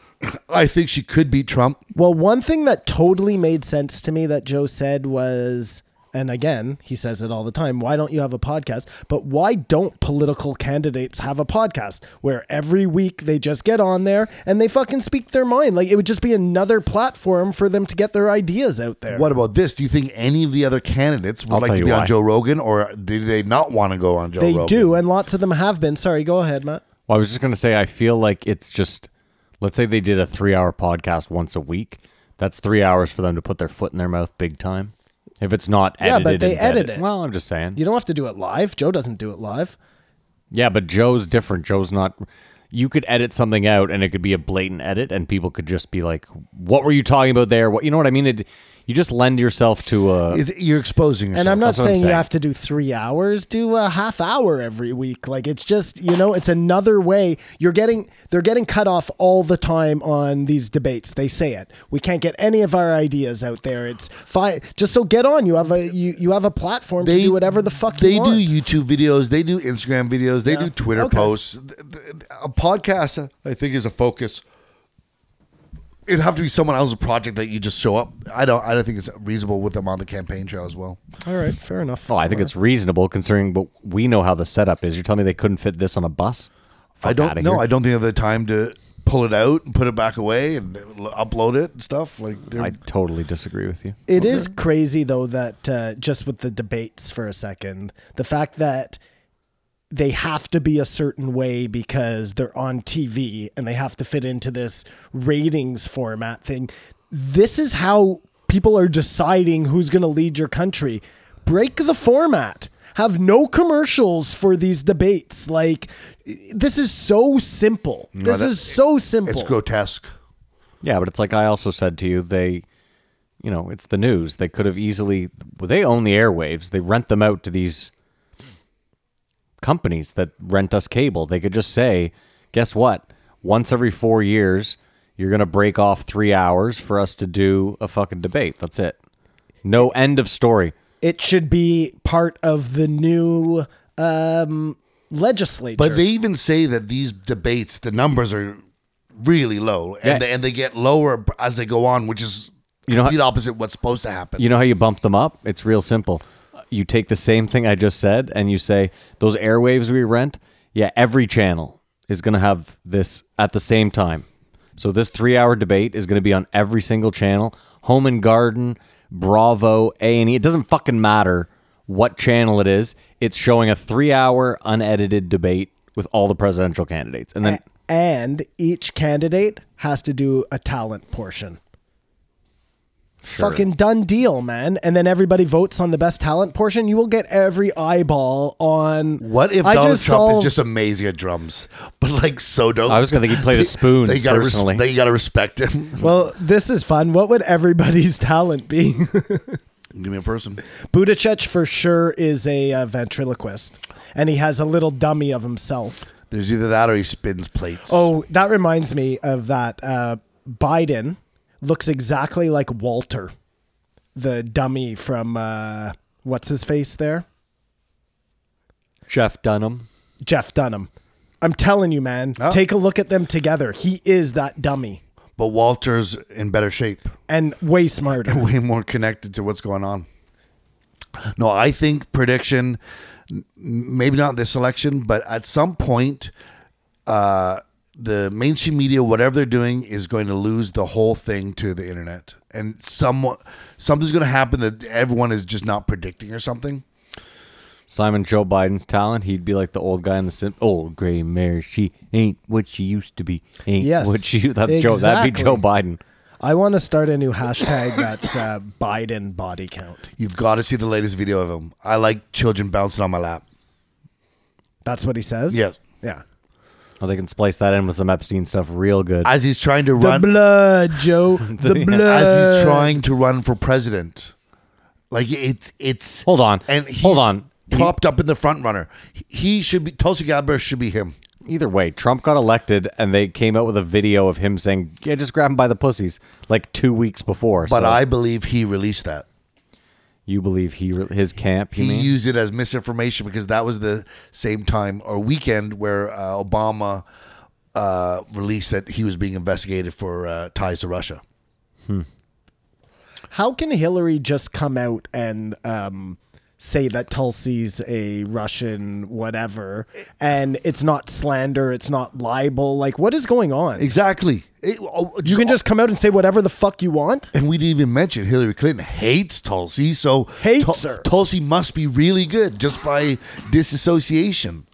B: I think she could beat Trump.
C: Well, one thing that totally made sense to me that Joe said was, and again, he says it all the time why don't you have a podcast? But why don't political candidates have a podcast where every week they just get on there and they fucking speak their mind? Like it would just be another platform for them to get their ideas out there.
B: What about this? Do you think any of the other candidates would
A: I'll
B: like
A: tell
B: to
A: you
B: be on
A: why.
B: Joe Rogan, or do they not want to go on Joe
C: They
B: Rogan?
C: do, and lots of them have been. Sorry, go ahead, Matt.
A: Well, I was just gonna say, I feel like it's just. Let's say they did a three-hour podcast once a week. That's three hours for them to put their foot in their mouth big time. If it's not
C: Yeah,
A: edited,
C: but they
A: and vetted.
C: edit it.
A: Well, I'm just saying.
C: You don't have to do it live. Joe doesn't do it live.
A: Yeah, but Joe's different. Joe's not. You could edit something out, and it could be a blatant edit, and people could just be like, "What were you talking about there?" What you know what I mean? It You just lend yourself to a.
B: It- you're exposing yourself.
C: And I'm not
A: that's what I'm
C: saying, you
A: saying.
C: have to do three hours. Do a half hour every week. Like it's just you know it's another way you're getting they're getting cut off all the time on these debates. They say it. We can't get any of our ideas out there. It's fine. Just so get on. You have a you you have a platform to do whatever the fuck
B: they
C: you want.
B: do YouTube videos, they do Instagram videos, they do Twitter
C: Okay.
B: posts. Th- th- A podcast, I think, is a focus. It'd have to be someone else's project that you just show up. I don't. I don't think it's reasonable with them on the campaign trail as well.
C: all right, fair enough.
A: Oh, I think it's reasonable considering, but we know how the setup is. You're telling me they couldn't fit this on a bus? Fuck
B: I don't
A: outta
B: know.
A: here.
B: I don't think they have the time to pull it out and put it back away and l- upload it and stuff. Like they're-
A: I totally disagree with you.
C: It is crazy though that uh, just with the debates for a second, the fact that they have to be a certain way because they're on TV and they have to fit into this ratings format thing. This is how people are deciding who's going to lead your country. Break the format. Have no commercials for these debates. Like this is so simple. this
B: that-
C: is so simple.
B: it's grotesque.
A: Yeah, but it's like I also said to you, they, you know, it's the news. They could have easily, well, they own the airwaves. They rent them out to these companies that rent us cable. They could just say, guess what? Once every four years, you're going to break off three hours for us to do a fucking debate. That's it. No end of story.
C: it should be part of the new um, legislature.
B: But they even say that these debates, the numbers are really low, and
A: Yeah.
B: they, and they get lower as they go on, which is
A: You know how-
B: complete opposite what's supposed to happen.
A: You know how you bump them up? It's real simple. You take the same thing I just said and you say, those airwaves we rent, yeah, every channel is going to have this at the same time. So this three hour debate is going to be on every single channel Home and Garden, Bravo, A&E. It doesn't fucking matter what channel it is. It's showing a three hour unedited debate with all the presidential candidates. And then.
C: and each candidate has to do a talent portion. Fucking done deal, man. And then everybody votes on the best talent portion. You will get every eyeball on.
B: What if
C: I
B: Donald Trump
C: just
B: is
C: solved-
B: just amazing at drums, but like so dope?
A: I was gonna think he played a spoon personally.
B: Gotta res- they gotta respect him.
C: Well, this is fun. What would everybody's talent be?
B: Give me a person.
C: Budacek for sure is a uh, ventriloquist, and he has a little dummy of himself.
B: There's either that or he spins plates.
C: Oh, that reminds me of that. Uh, Biden looks exactly like Walter, the dummy from uh, what's his face there,
A: Jeff Dunham.
C: Jeff Dunham. I'm telling you, man.
B: Oh.
C: Take a look at them together. He is that dummy
B: but Walter's in better shape,
C: and way smarter.
B: way more connected to what's going on. No, I think prediction, m- maybe not this election, but at some point, uh, the mainstream media, whatever they're doing, is going to lose the whole thing to the internet, and someone something's going to happen that everyone is just not predicting or something.
A: Simon Joe Biden's talent, he'd be like the old guy in the sim- old gray mare. She ain't what she used to be. Ain't
C: Yes,
A: what she. That's Joe. That'd be
C: exactly.
A: Joe Biden.
C: I want to start a new hashtag that's uh, Biden body count.
B: You've got to see the latest video of him. I like children bouncing on my lap.
C: That's what he says.
B: Yes.
C: Yeah.
A: Oh, they can splice that in with some Epstein stuff, real good.
B: As he's trying to
C: The
B: run,
C: blood, Joe. The blood.
B: as he's trying to run for president, like it, it's
A: Hold on.
B: and he's
A: Hold on. He-
B: propped up in the front runner. He should be Tulsi Gabbard should be him.
A: Either way, Trump got elected, and they came out with a video of him saying, "Yeah, just grab him by the pussies," like two weeks before.
B: But
A: so
B: I believe he released that.
A: you believe he his camp? You
B: He
A: mean?
B: used it as misinformation because that was the same time or weekend where uh, Obama uh, released that he was being investigated for uh, ties to Russia.
C: How can Hillary just come out and um, say that Tulsi's a Russian whatever, and it's not slander, it's not libel? Like, what is going on?
B: Exactly. It- oh,
C: You can just come out and say whatever the fuck you want.
B: and we didn't even mention Hillary Clinton hates Tulsi, so
C: Hates her.
B: Tulsi must be really good just by disassociation.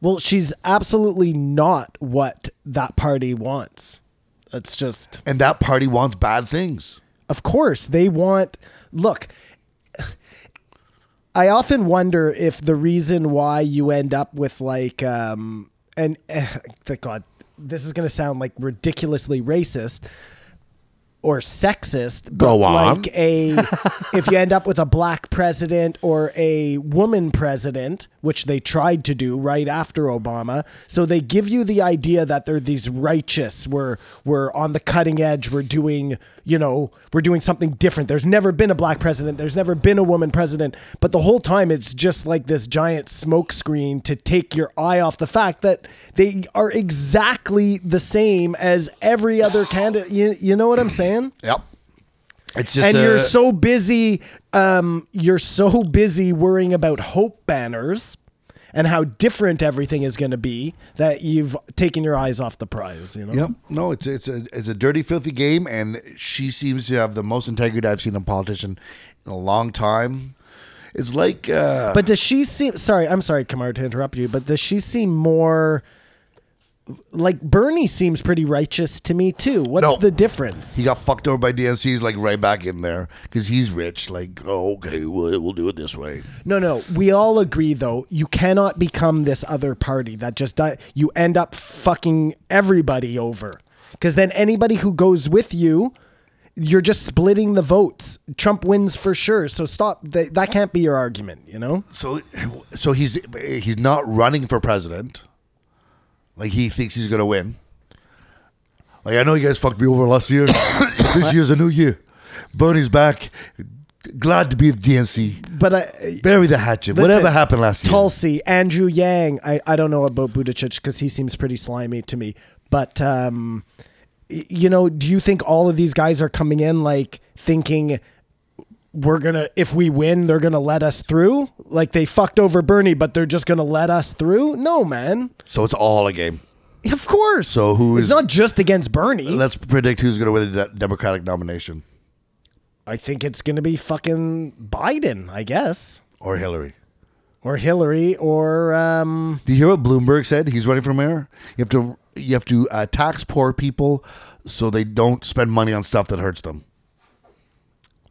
C: Well, she's absolutely not what that party wants. It's just.
B: And that party wants bad things.
C: Of course, they want. Look, I often wonder if the reason why you end up with like, um, and eh, thank God, this is going to sound like ridiculously racist. or sexist, but
B: Go on.
C: like a if you end up with a black president or a woman president, which they tried to do right after Obama. So they give you the idea that they're these righteous, we're we're on the cutting edge, we're doing, you know, we're doing something different. There's never been a black president, there's never been a woman president, but the whole time it's just like this giant smoke screen to take your eye off the fact that they are exactly the same as every other candidate. You, you know what I'm saying?
B: Yep. It's just
C: and
B: a-
C: you're so busy um, you're so busy worrying about hope banners and how different everything is going to be that you've taken your eyes off the prize you know
B: Yep. No, it's it's a it's a dirty, filthy game, and she seems to have the most integrity I've seen in a politician in a long time. It's like uh,
C: but does she seem sorry i'm sorry kamar to interrupt you but does she seem more like bernie seems pretty righteous to me too what's
B: No.
C: the difference
B: he got fucked over by DNC. He's like right back in there because he's rich. Like, oh, okay, we'll, we'll do it this way.
C: No, no. We all agree, though. You cannot become this other party that just di- you end up fucking everybody over. Because then anybody who goes with you, you're just splitting the votes. Trump wins for sure. So stop. Th- that can't be your argument. You know.
B: So, so he's he's not running for president. Like he thinks he's gonna win. Like I know you guys fucked me over last year. this year's a new year. Bernie's back. Glad to be with DNC.
C: But I,
B: Bury the hatchet.
C: Listen,
B: Whatever happened last year.
C: Tulsi, Andrew Yang. I, I don't know about Buttigieg because he seems pretty slimy to me. But um, y- you know, do you think all of these guys are coming in like thinking we're gonna if we win they're gonna let us through? Like they fucked over Bernie, but they're just gonna let us through? No, man.
B: So it's all a game.
C: Of course.
B: So who
C: It's
B: is-
C: not just against Bernie.
B: Let's predict who's going to win the de- Democratic nomination
C: I think it's gonna be fucking Biden, I guess,
B: or Hillary.
C: or Hillary, or um,
B: Do you hear what Bloomberg said? He's running for mayor. You have to you have to uh, tax poor people so they don't spend money on stuff that hurts them.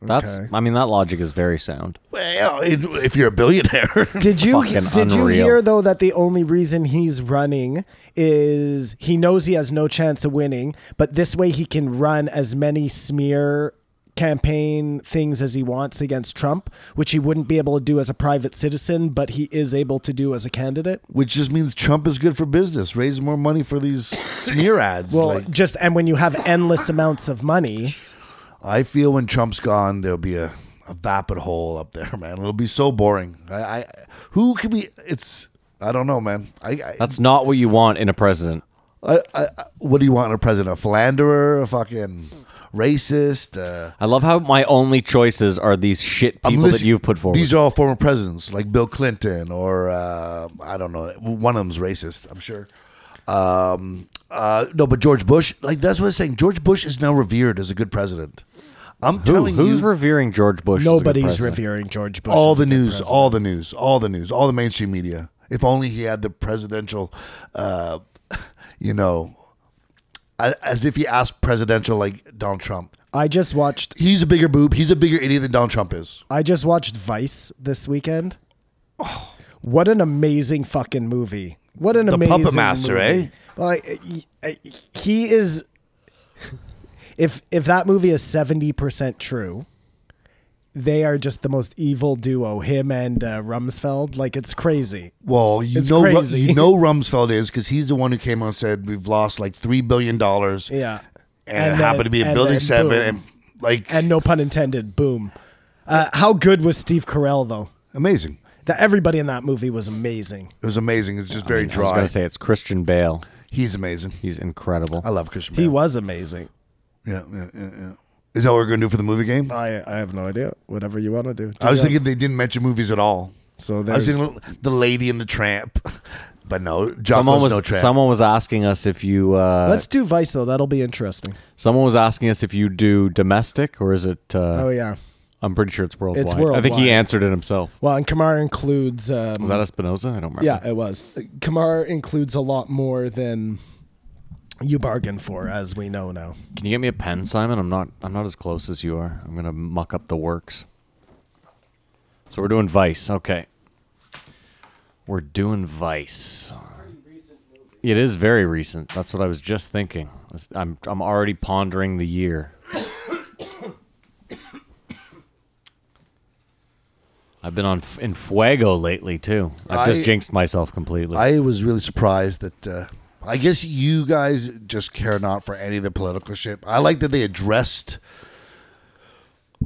A: That's I mean that logic is very sound.
B: Well, it- if you're a billionaire,
C: Did you
A: Fucking
C: did you
A: unreal.
C: hear though that the only reason he's running is he knows he has no chance of winning, but this way he can run as many smear campaign things as he wants against Trump, which he wouldn't be able to do as a private citizen, but he is able to do as a candidate.
B: which just means Trump is good for business, raise more money for these smear ads.
C: Well,
B: like,
C: just and when you have endless amounts of money,
B: I feel when Trump's gone, there'll be a, a vapid hole up there, man. It'll be so boring. I, I who could be? It's I don't know, man. I, I
A: That's not what you want in a president.
B: I, I, I- what do you want in a president? A philanderer? A fucking racist? Uh,
A: I love how my only choices are these shit people that
B: listen-
A: you've put forward.
B: These are all former presidents, like Bill Clinton, or uh, I don't know. One of them's racist, I'm sure. Um, uh, no, but George Bush, like that's what I'm saying. George Bush is now revered as a good president. I'm
A: Who,
B: telling
A: who's
B: you,
A: revering George Bush? as a good
C: nobody's
A: president?
C: revering George Bush.
B: all
C: as
B: the
C: a good
B: news,
C: president.
B: all the news, all the news, all the mainstream media. If only he had the presidential, uh, you know, a- as if he asked presidential like Donald Trump.
C: I just watched
B: He's a bigger boob. He's a bigger idiot than Donald Trump is.
C: I just watched Vice this weekend. What an amazing fucking movie. What an
B: The
C: amazing
B: Puppet Master,
C: movie.
B: eh?
C: Well, I- I- I- he is if if that movie is 70% true, they are just the most evil duo, him and uh, Rumsfeld, like it's crazy.
B: Well, you
C: It's
B: know, Ru-
C: crazy.
B: you know, Rumsfeld is because he's the one who came out and said we've lost like three billion dollars,
C: Yeah.
B: and, it happened to be in
C: and
B: Building
C: then
B: Seven,
C: boom.
B: and like
C: and no pun intended, boom. Uh, how good was Steve Carell though?
B: amazing.
C: That everybody in that movie was amazing.
B: It was amazing. It's just very
A: I was
B: dry.
A: gonna say it's Christian Bale.
B: he's amazing.
A: He's incredible.
B: I
C: Uh,
B: love Christian.
C: He
B: Bale.
C: was amazing.
B: yeah, yeah, yeah, yeah. Is that what we're gonna do for the movie game?
C: I I have no idea. Whatever you want to do.
B: I was thinking they didn't mention movies at all. I
C: So
B: was
C: there's
B: thinking the Lady and the Tramp, but no, John
A: Someone
B: was,
A: was
B: no Tramp.
A: someone was asking us if you uh,
C: let's do Vice though. That'll be interesting.
A: someone was asking us if you do domestic or is it uh,
C: Oh yeah.
A: I'm pretty sure it's worldwide. I think
C: worldwide.
A: he answered it himself.
C: Well, and Kamar includes. Um,
A: Was that Espinosa? I don't remember.
C: yeah, it was. Kamar includes a lot more than you bargain for, as we know now.
A: Can you get me a pen, Simon? I'm not I'm not as close as you are. I'm gonna muck up the works. So we're doing Vice. Okay. We're doing Vice. It is very recent. That's what I was just thinking. I was- I'm I'm already pondering the year. I've been on f- in Fuego lately too. I've
B: I-
A: just jinxed myself completely.
B: I was really surprised that. Uh, I guess you guys just care not for any of the political shit. I like that they addressed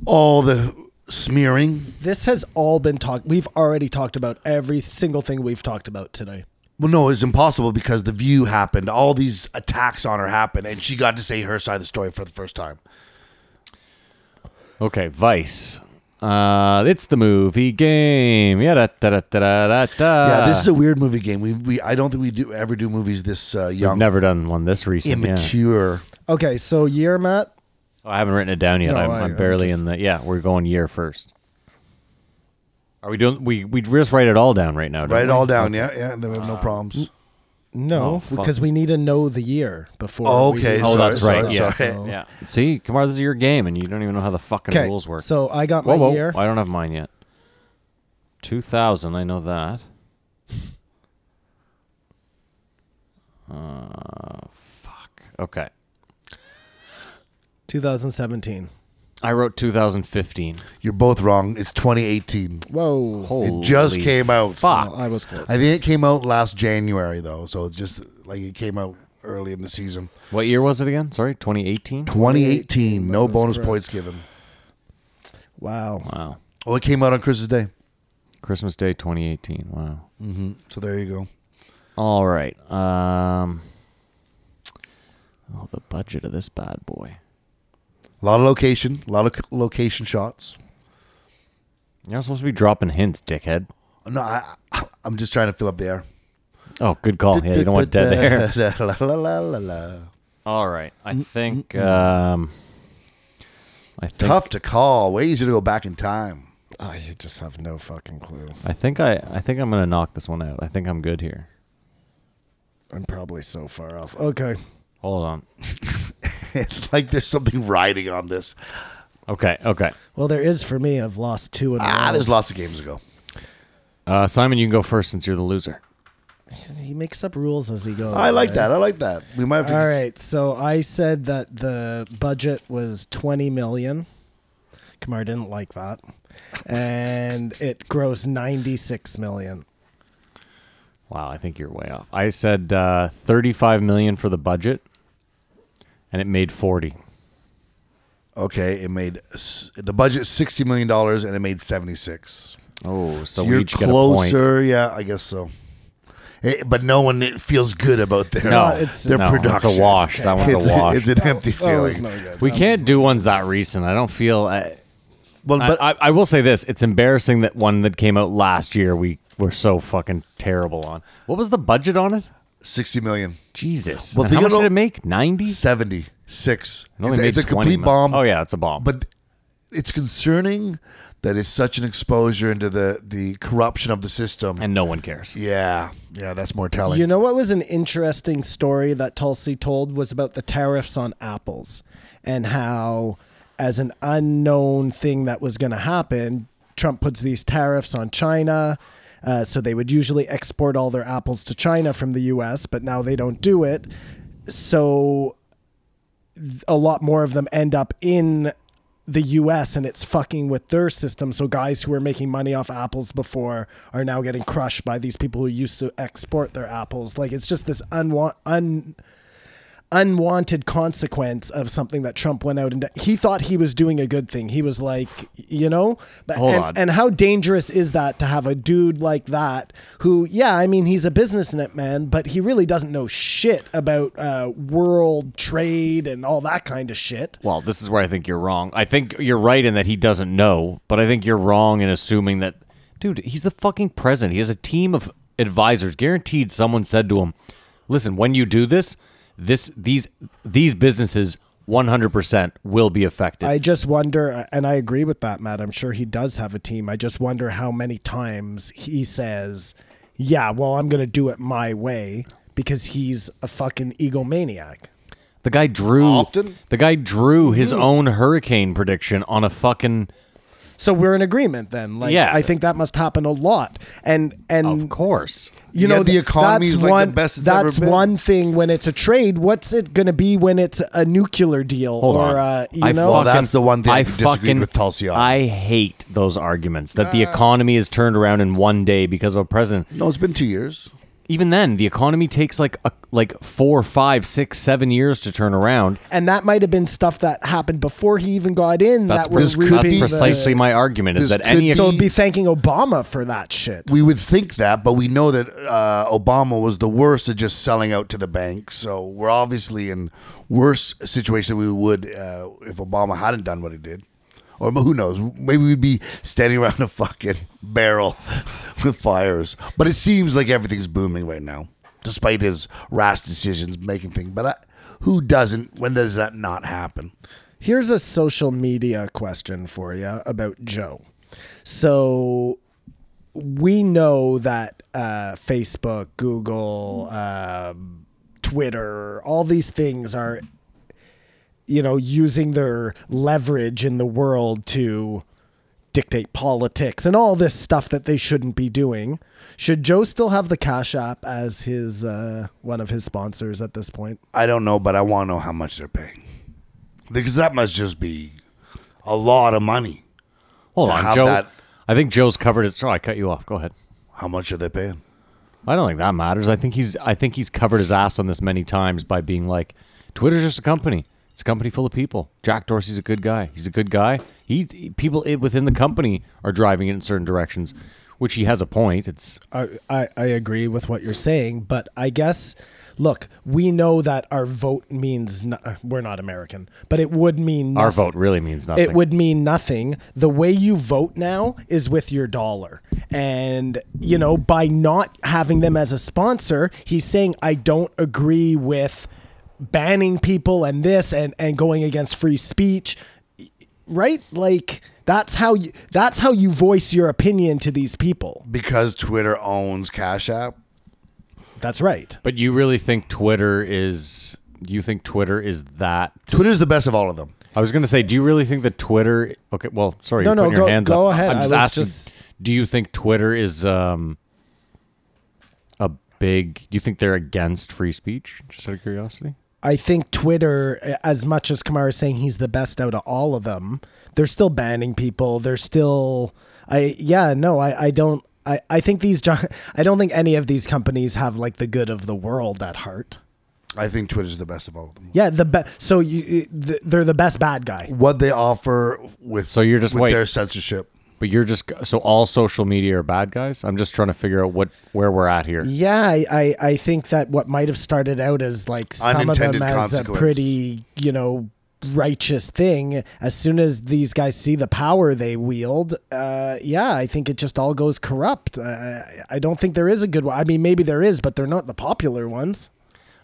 B: all the smearing.
C: This has all been talked. We've already talked about every single thing we've talked about today.
B: Well, no, it's impossible because the view happened. All these attacks on her happened, and she got to say her side of the story for the first time.
A: okay, Vice. Uh, it's the movie game. Yeah, da, da, da, da, da, da, da.
B: Yeah, this is a weird movie game. We, we I don't think we do ever do movies this uh, young,
A: never done one this recent. yeah.
B: immature.
C: Okay, so year, Matt.
A: Oh, I haven't written it down yet.
C: No,
A: I'm,
C: I-
A: I'm
C: I'm
A: barely
C: just-
A: in the. Yeah, we're going year first. Are we doing? We we just write it all down right now. don't
B: Write it
A: we?
B: all down. Yeah, yeah. And then we
A: Uh,
B: have no
A: Oh,
B: problems.
C: No,
A: fuck.
C: because we need to know the year before.
B: Oh,
C: we
B: okay,
C: do
A: Oh,
C: this.
A: that's right.
B: Sorry, sorry,
A: yeah.
B: sorry.
C: So-
A: yeah. See, Kamar, this is your game, and you don't even know how the fucking
C: Okay,
A: rules work.
C: so I got my
A: whoa, whoa!
C: year.
A: I don't have mine yet. Two thousand. I know that. Uh, fuck. Okay.
C: 2017.
A: I wrote 2015.
B: You're both wrong. It's 2018.
C: Whoa.
B: It just
A: Holy
B: came out.
A: Fuck.
C: Well, I was close.
B: I think it came out last January though, so it's just like it came out early in the season.
A: What year was it again? Sorry, 2018.
B: 2018. No
C: That's
B: bonus
C: correct.
B: points given.
C: wow.
A: Wow.
B: Oh, it came out on Christmas Day.
A: Christmas Day 2018. Wow.
B: So there you go.
A: All right. Um. Oh, the budget of this bad boy.
B: A lot of location. A lot of c- location shots.
A: You're not supposed to be dropping hints, dickhead.
B: No, I, I'm just trying to fill up the air.
A: Oh, good call. Yeah, you don't want dead air.
B: La, la, la, la, la.
A: All right. I think. Um. I think.
B: Tough to call. Way easier to go back in time.
C: I just have no fucking clue.
A: I think I. I think I'm gonna knock this one out. I think I'm good here.
C: I'm probably so far off. Okay.
A: Hold on.
B: It's like there's something riding on this.
A: Okay. Okay.
C: Well, there is for me. I've lost two in a
B: Ah,
C: row.
B: there's lots of games ago.
A: Uh, Simon, you can go first since you're the loser.
C: He makes up rules as he goes.
B: I like
C: eh?
B: that. I like that. We might have to.
C: All right. So I said that the budget was 20 million. Kamar didn't like that. And it grossed 96 million.
A: Wow, I think you're way off. I said uh, 35 million for the budget, and it made 40.
B: Okay, it made s- the budget sixty million dollars, and it made seventy six.
A: Oh, so we
B: You're
A: each get a point.
B: closer. Yeah, I guess so. Eh, but no one it feels good about their
A: No,
C: it's-
B: their
A: no, it's a
B: production.
A: wash. That one's a
B: It's
A: wash.
B: It's an empty
C: That
B: feeling.
C: was no good.
A: We
B: Um,
C: That was-
A: can't do ones that recent. I don't feel. I,
B: well,
A: but
B: but
A: I, I will say this: it's embarrassing that one that came out last year we were so fucking terrible on. What was the budget on it?
B: sixty million.
A: Jesus.
B: Well,
A: And how
B: think
A: much did
B: it'll-
A: it make? Ninety.
B: 76.
A: It only
B: It's, a-
A: made
B: it's a
A: 20
B: complete
A: mil-
B: bomb.
A: Oh yeah, it's a bomb.
B: But it's concerning that it's such an exposure into the, the corruption of the system.
A: and no one cares.
B: yeah. Yeah, that's more telling.
C: You know what was an interesting story that Tulsi told was about the tariffs on apples and how, as an unknown thing that was going to happen, Trump puts these tariffs on China. Uh, so they would usually export all their apples to China from the US, but now they don't do it. So a lot more of them end up in the US and it's fucking with their system. So guys who were making money off apples before are now getting crushed by these people who used to export their apples. Like it's just this unwa- un unwanted consequence of something that Trump went out and did. he thought he was doing a good thing. He was like, you know, but
A: Hold
C: and,
A: on.
C: and how dangerous is that to have a dude like that who, yeah, I mean, he's a businessman, but he really doesn't know shit about uh, world trade and all that kind of shit.
A: Well, this is where I think you're wrong. I think you're right in that he doesn't know, but I think you're wrong in assuming that, dude, he's the fucking president. He has a team of advisors. Guaranteed, someone said to him, "Listen, when you do this, this these these businesses 100% will be affected."
C: I just wonder, and I agree with that, Matt. I'm sure he does have a team. I just wonder how many times he says, "Yeah, well, I'm going to do it my way," because he's a fucking egomaniac.
A: the guy drew
B: Often?
A: the guy drew his own hurricane prediction on a fucking
C: So we're in agreement then. Like
A: Yeah.
C: I think that must happen a lot. And and
A: Of course.
C: you
B: Yeah,
C: know
B: the
C: th-
B: economy's
C: that's
B: like the
C: one,
B: best it's ever
C: that's
B: been.
C: one thing when it's a trade what's it going to be when it's a nuclear deal
A: Hold
C: or
A: on.
C: uh, you
A: I
C: know
B: Well, that's the one thing I disagreed with Tulsi on.
A: I hate those arguments that
C: Uh,
A: the economy is turned around in one day because of a president.
B: No, it's been two years.
A: Even then, the economy takes like a, like four, five, six, seven years to turn around.
C: and that might have been stuff that happened before he even got in
A: That's,
C: that were
A: pres-
B: could
C: reaping
A: that's
B: be
C: the-
A: precisely my argument: is
B: this
A: that any
B: could
C: so
B: be-
C: be thanking Obama for that shit.
B: We would think that, but we know that uh, Obama was the worst at just selling out to the bank. So we're obviously in worse situation than we would uh, if Obama hadn't done what he did. Or who knows? Maybe we'd be standing around a fucking barrel with fires. But it seems like everything's booming right now, despite his rash decisions making things. But I, who doesn't? When does that not happen?
C: Here's a social media question for you about Joe. So we know that uh, Facebook, Google, um Twitter, all these things are, you know, using their leverage in the world to dictate politics and all this stuff that they shouldn't be doing. Should Joe still have the Cash App as his uh, one of his sponsors at this point?
B: I don't know, but I want to know how much they're paying because that must just be a lot of money.
A: hold
B: to
A: on,
B: have
A: Joe.
B: that-
A: I think Joe's covered his. Oh, I cut you off. Go ahead.
B: How much are they paying?
A: I don't think that matters. I think he's I think he's covered his ass on this many times by being like, Twitter's just a company. It's a company full of people. Jack Dorsey's a good guy. He's a good guy. He he- people i- within the company are driving it in certain directions, which he has a point. It's
C: I, I, I agree with what you're saying, but I guess, look, we know that our vote means no, uh, we're not American, but it would mean
A: our
C: nothing.
A: vote really means nothing.
C: It would mean nothing. The way you vote now is with your dollar. And, you know, by not having them as a sponsor, he's saying, I don't agree with banning people and this and, and going against free speech. Right? Like, that's how you that's how you voice your opinion to these people.
B: Because Twitter owns Cash App.
C: That's right.
A: But you really think Twitter is you think Twitter is that
B: Twitter's the best of all of them.
A: I was gonna say, do you really think that Twitter? Okay, well, sorry,
C: No,
A: you're
C: no,
A: putting
C: go-
A: your hands
C: go
A: up.
C: ahead.
A: I'm just
C: I was
A: asking,
C: just-
A: do you think Twitter is um a big? Do you think they're against free speech? Just out of curiosity.
C: I think Twitter, as much as Kamara is saying he's the best out of all of them, they're still banning people. They're still, I yeah, no, I, I don't. I, I think these gi- I don't think any of these companies have like the good of the world at heart.
B: I think Twitter's the best of all of them.
C: Yeah, the best. So you, th- they're the best bad guy.
B: What they offer with
A: So you're just-
B: with
A: wait.
B: their censorship.
A: But you're just so all social media are bad guys. I'm just trying to figure out what where we're at here.
C: Yeah, I, I, I think that what might have started out as like some of them
B: Unintended
C: as a
B: consequence.
C: pretty, you know, righteous thing. As soon as these guys see the power they wield, uh, yeah, I think it just all goes corrupt. Uh, I don't think there is a good one. I mean, maybe there is, but they're not the popular ones.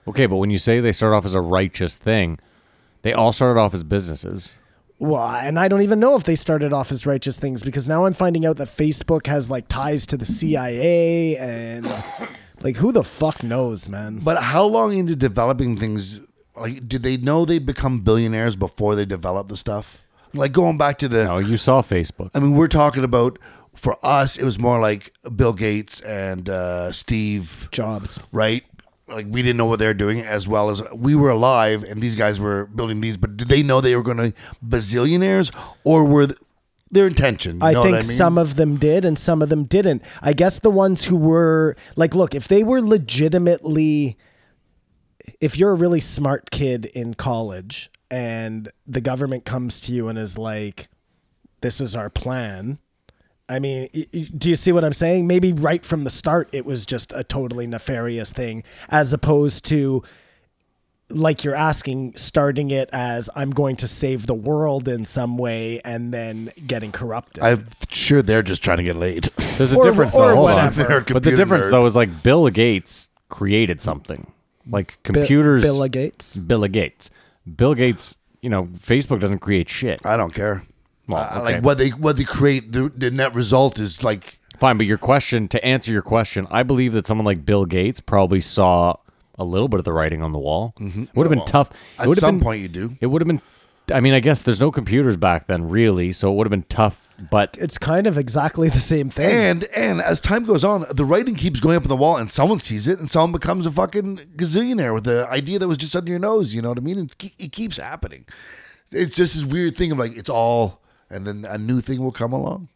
A: Okay, but when you say they start off as a righteous thing, they all started off as businesses.
C: Well, and I don't even know if they started off as righteous things because now I'm finding out that Facebook has like ties to the CIA and like who the fuck knows, man.
B: But how long into developing things? Like, did they know they become billionaires before they develop the stuff? Like going back to the
A: No, you saw Facebook.
B: I mean, we're talking about for us, it was more like Bill Gates and uh, Steve,
C: Jobs.
B: right? Like we didn't know what they were doing, as well as we were alive, and these guys were building these. But did they know they were going to bazillionaires, or were th- their intention? You
C: I
B: know
C: think
B: what I mean?
C: some of them did and some of them didn't. I guess the ones who were like, look, if they were legitimately, if you're a really smart kid in college and the government comes to you and is like, this is our plan. I mean, y- y- do you see what I'm saying? Maybe right from the start, it was just a totally nefarious thing, as opposed to like you're asking, starting it as I'm going to save the world in some way and then getting corrupted.
B: I'm sure they're just trying to get laid.
A: There's a
C: Or-
A: difference
C: or
A: though. Hold
C: whatever.
A: on.
B: They're a
A: But the
B: computer
A: difference
B: nerd.
A: though is like Bill Gates created something. Like
C: Bi-
A: computers
C: Bill Gates.
A: Bill Gates. Bill Gates, you know, Facebook doesn't create shit.
B: I don't care.
A: Well,
B: Uh,
A: okay.
B: Like what they what they create, the, the net result is like
A: Fine, but your question, to answer your question, I believe that someone like Bill Gates probably saw a little bit of the writing on the wall. It would have been tough. It
B: Mm-hmm. at
A: would have
B: some
A: been,
B: point you do.
A: It would have been I mean, I guess there's no computers back then, really, so it would have been tough. But
C: It's kind of exactly the same thing.
B: And and as time goes on, the writing keeps going up on the wall, and someone sees it, and someone becomes a fucking gazillionaire with the idea that was just under your nose. You know what I mean? It, ke- it keeps happening. It's just this weird thing of like it's all, and then a new thing will come along.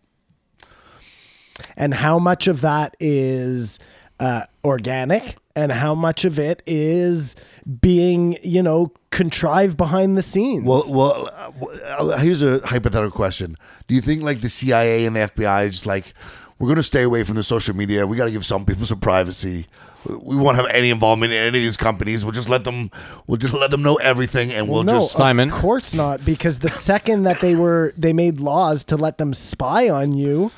C: and how much of that is uh, organic and how much of it is being you know contrived behind the scenes
B: Well, well, uh, w- uh, here's a hypothetical question: Do you think like the CIA and the FBI is just like we're going to stay away from the social media? We got to give some people some privacy. We won't have any involvement in any of these companies. We'll just let them. We'll just let them know everything, and we'll,
C: no
B: just.
A: Simon.
C: of course not because the second that they were they made laws to let them spy on you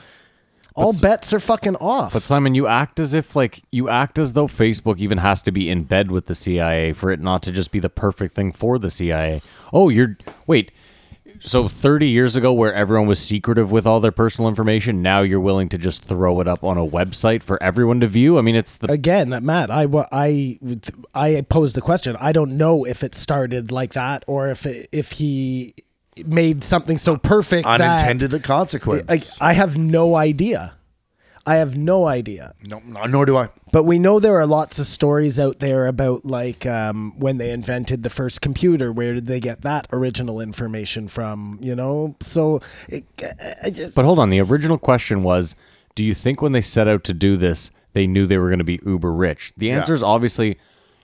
C: all bets are fucking off
A: but Simon, you act as if like you act as though Facebook even has to be in bed with the CIA for it not to just be the perfect thing for the CIA. Oh, you're wait. So 30 years ago where everyone was secretive with all their personal information, now you're willing to just throw it up on a website for everyone to view? I mean, it's the
C: again matt i wa- i i posed the question i don't know if it started like that or if it, if he made something so perfect that-
B: Unintended consequence.
C: like I have no idea. I have no idea.
B: no, no, nor do I.
C: But we know there are lots of stories out there about like um, when they invented the first computer. Where did they get that original information from? You know, so it, I just
A: But hold on, the original question was do you think when they set out to do this, they knew they were going to be uber rich? The answer is obviously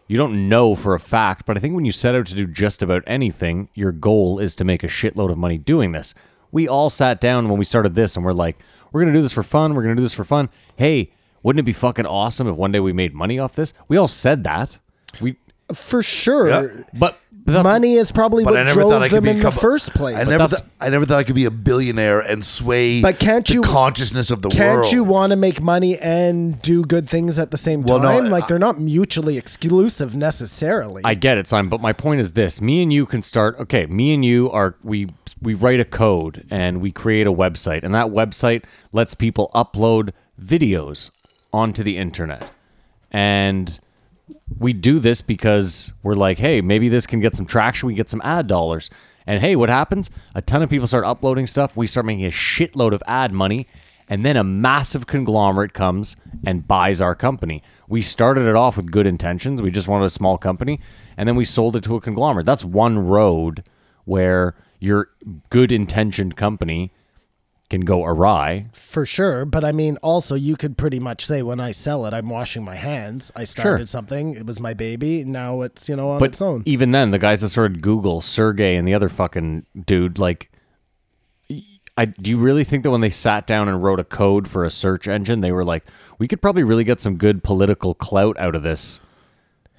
A: you don't know for a fact, but I think when you set out to do just about anything, your goal is to make a shitload of money doing this. We all sat down when we started this and we're like, we're going to do this for fun, we're going to do this for fun. Hey, wouldn't it be fucking awesome if one day we made money off this? We all said that. We
C: for sure,
B: Yeah.
A: but that's-
C: money is probably
B: But
C: what
B: I never
C: drove
B: thought I could
C: them
B: be
C: in
B: a
C: the
B: couple-
C: first place.
B: I never,
A: that's-
B: thought I never thought I could be a billionaire and sway.
C: But can't
B: the
C: you-
B: consciousness of the
C: Can't
B: world?
C: you want to make money and do good things at the same
B: Well,
C: time?
B: no,
C: like
B: I-
C: they're not mutually exclusive necessarily.
A: I get it, Simon, but my point is this: me and you can start. Okay, me and you are we we write a code and we create a website, and that website lets people upload videos onto the internet, and we do this because we're like, hey, maybe this can get some traction. We get some ad dollars. And hey, what happens? A ton of people start uploading stuff. We start making a shitload of ad money. And then a massive conglomerate comes and buys our company. We started it off with good intentions. We just wanted a small company. And then we sold it to a conglomerate. That's one road where your good intentioned company can go awry.
C: for sure. But I mean, also, you could pretty much say when I sell it, I'm washing my hands. I started something; it was my baby. Now it's you know on
A: But
C: its
B: e
C: own.
A: even then, the guys that started Google, Sergey, and the other fucking dude, like, I do you really think that when they sat down and wrote a code for a search engine, they were like, we could probably really get some good political clout out of this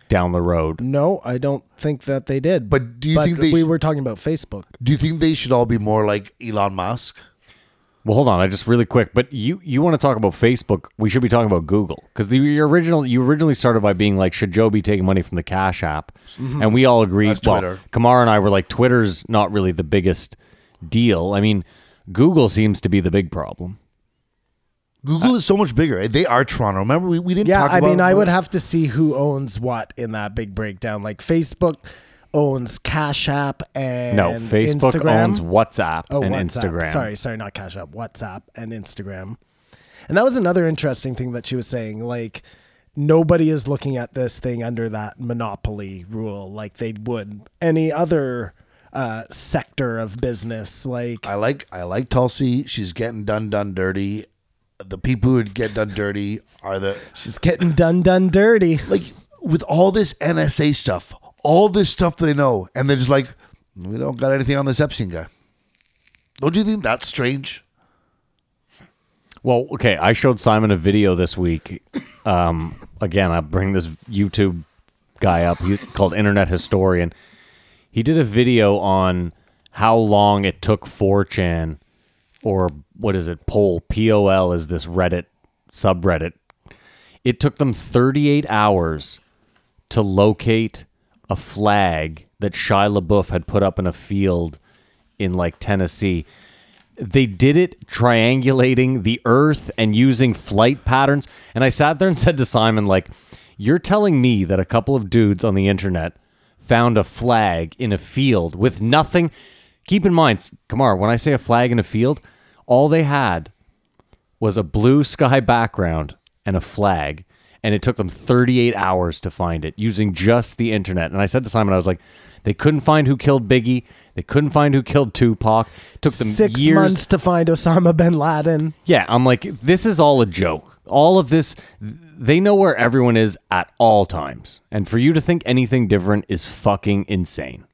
A: down the road?
C: No, I don't think that they did.
B: But do you think they
C: we
B: sh-
C: were talking about Facebook?
B: Do you think they should all be more like Elon Musk?
A: Well, hold on, I just really quick, but you you want to talk about Facebook? We should be talking about Google because the your original you originally started by being like, should Joe be taking money from the Cash App?
C: Mm-hmm.
A: And we all agreed.
B: That's
A: well,
B: Twitter.
A: Kamara and I were like, Twitter's not really the biggest deal. I mean, Google seems to be the big problem.
B: Google is so much bigger. Eh, They are Toronto. Remember, we, we didn't
C: Uh, Yeah,
B: talk
C: I
B: about
C: mean, I would have to see who owns what in that big breakdown. Like Facebook owns Cash App and
A: No, Facebook
C: Instagram.
A: owns WhatsApp
C: Oh,
A: and
C: WhatsApp.
A: Instagram.
C: Sorry, sorry, not Cash App. WhatsApp and Instagram. And that was another interesting thing that she was saying. Like, nobody is looking at this thing under that monopoly rule like they would any other uh, sector of business. Like,
B: I like I like Tulsi. She's getting done done dirty. The people who get done dirty are the
C: she's getting done, done dirty.
B: like with all this NSA stuff, all this stuff they know, and they're just like, we don't got anything on this Epstein guy. Don't you think that's strange?
A: Well, okay, I showed Simon a video this week. Um, again, I bring this YouTube guy up. He's called Internet Historian. He did a video on how long it took 4chan or what is it? Poll POL is this Reddit subreddit. It took them 38 hours to locate a flag that Shia LaBeouf had put up in a field in like Tennessee. They did it triangulating the earth and using flight patterns. And I sat there and said to Simon, like, you're telling me that a couple of dudes on the internet found a flag in a field with nothing. Keep in mind, Kamar, when I say a flag in a field, all they had was a blue sky background and a flag. And it took them 38 hours to find it using just the internet. And I said to Simon, I was like, they couldn't find who killed Biggie. They couldn't find who killed Tupac. took them
C: Six
A: years.
C: months to find Osama bin Laden.
A: Yeah, I'm like, this is all a joke. All of this, th- they know where everyone is at all times. And for you to think anything different is fucking insane.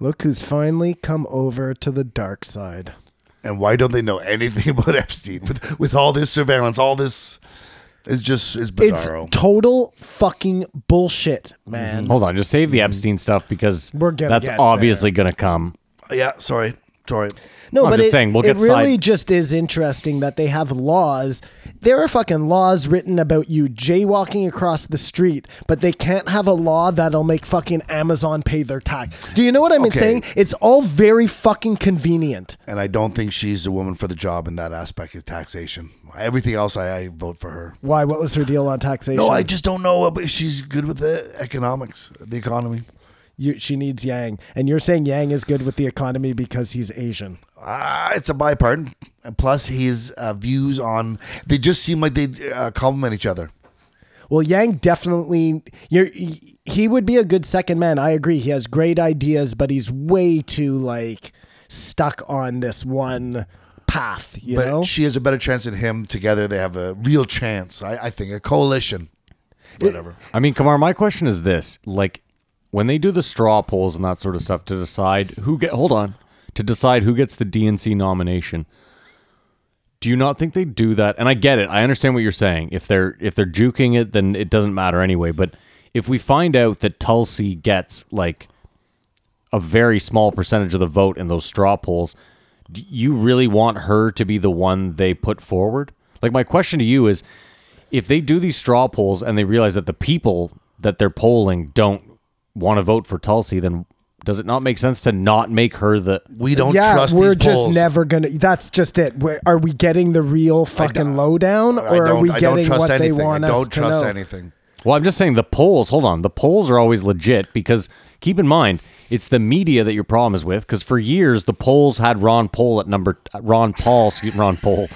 C: Look who's finally come over to the dark side.
B: And why don't they know anything about Epstein? With with all this surveillance, all this, it's just it's
C: It's
B: bizarro.
C: total fucking bullshit, man.
A: Hold on, just save the Epstein stuff because
C: Mm-hmm. We're gonna
A: that's
C: get
A: obviously going to come.
B: yeah, sorry, sorry.
C: No,
A: I'm
C: but
A: just
C: it,
A: saying, we'll
C: it
A: get
C: really
A: side-
C: just is interesting that they have laws. There are fucking laws written about you jaywalking across the street, but they can't have a law that'll make fucking Amazon pay their tax. Do you know what I mean?
B: Okay.
C: Saying it's all very fucking convenient.
B: And I don't think she's the woman for the job in that aspect of taxation. Everything else, I, I vote for her.
C: Why? What was her deal on taxation?
B: No, I just don't know if she's good with the economics, the economy.
C: You, she needs Yang, and you're saying Yang is good with the economy because he's Asian.
B: Ah, it's a bipart. And plus, his uh, views on they just seem like they uh, complement each other.
C: Well, Yang definitely you're he would be a good second man. I agree. He has great ideas, but he's way too like stuck on this one path, you
B: But
C: know?
B: she has a better chance than him. Together, they have a real chance. I, I think a coalition. Whatever.
A: I mean, Kamar, my question is this: like, when they do the straw polls and that sort of stuff to decide who get hold on to decide who gets the DNC nomination, do you not think they do that? And I get it; I understand what you're saying. If they're if they're juking it, then it doesn't matter anyway. But if we find out that Tulsi gets like a very small percentage of the vote in those straw polls, do you really want her to be the one they put forward? Like, my question to you is if they do these straw polls and they realize that the people that they're polling don't want to vote for Tulsi, then does it not make sense to not make her the.
B: We don't
C: yeah,
B: trust
C: we're
B: these
C: just
B: polls.
C: never gonna. That's just it. We're, are we getting the real fucking lowdown,
B: I
C: or are
B: don't-
C: we
B: I
C: getting
B: don't trust
C: what
B: anything.
C: they want
B: I don't
C: us to
B: trust
C: know?
B: anything.
A: Well, I'm just saying the polls, hold on, the polls are always legit because keep in mind, it's the media that your problem is with because for years the polls had Ron Paul at number Ron Paul, excuse Ron Paul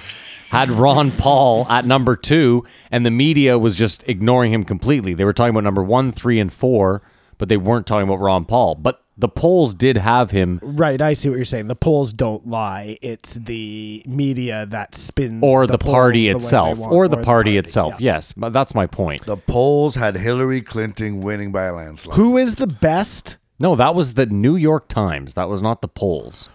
A: had Ron Paul at number 2 and the media was just ignoring him completely. They were talking about number 1, 3 and 4, but they weren't talking about Ron Paul. But the polls did have him
C: Right, I see what you're saying. The polls don't lie. It's the media that spins,
A: or the,
C: polls
A: party
C: way they
A: itself
C: want,
A: or the party, itself. Yes, but that's my point.
B: The polls had Hillary Clinton winning by a landslide.
C: Who is the best?
A: No, that was the New York Times. That was not the polls.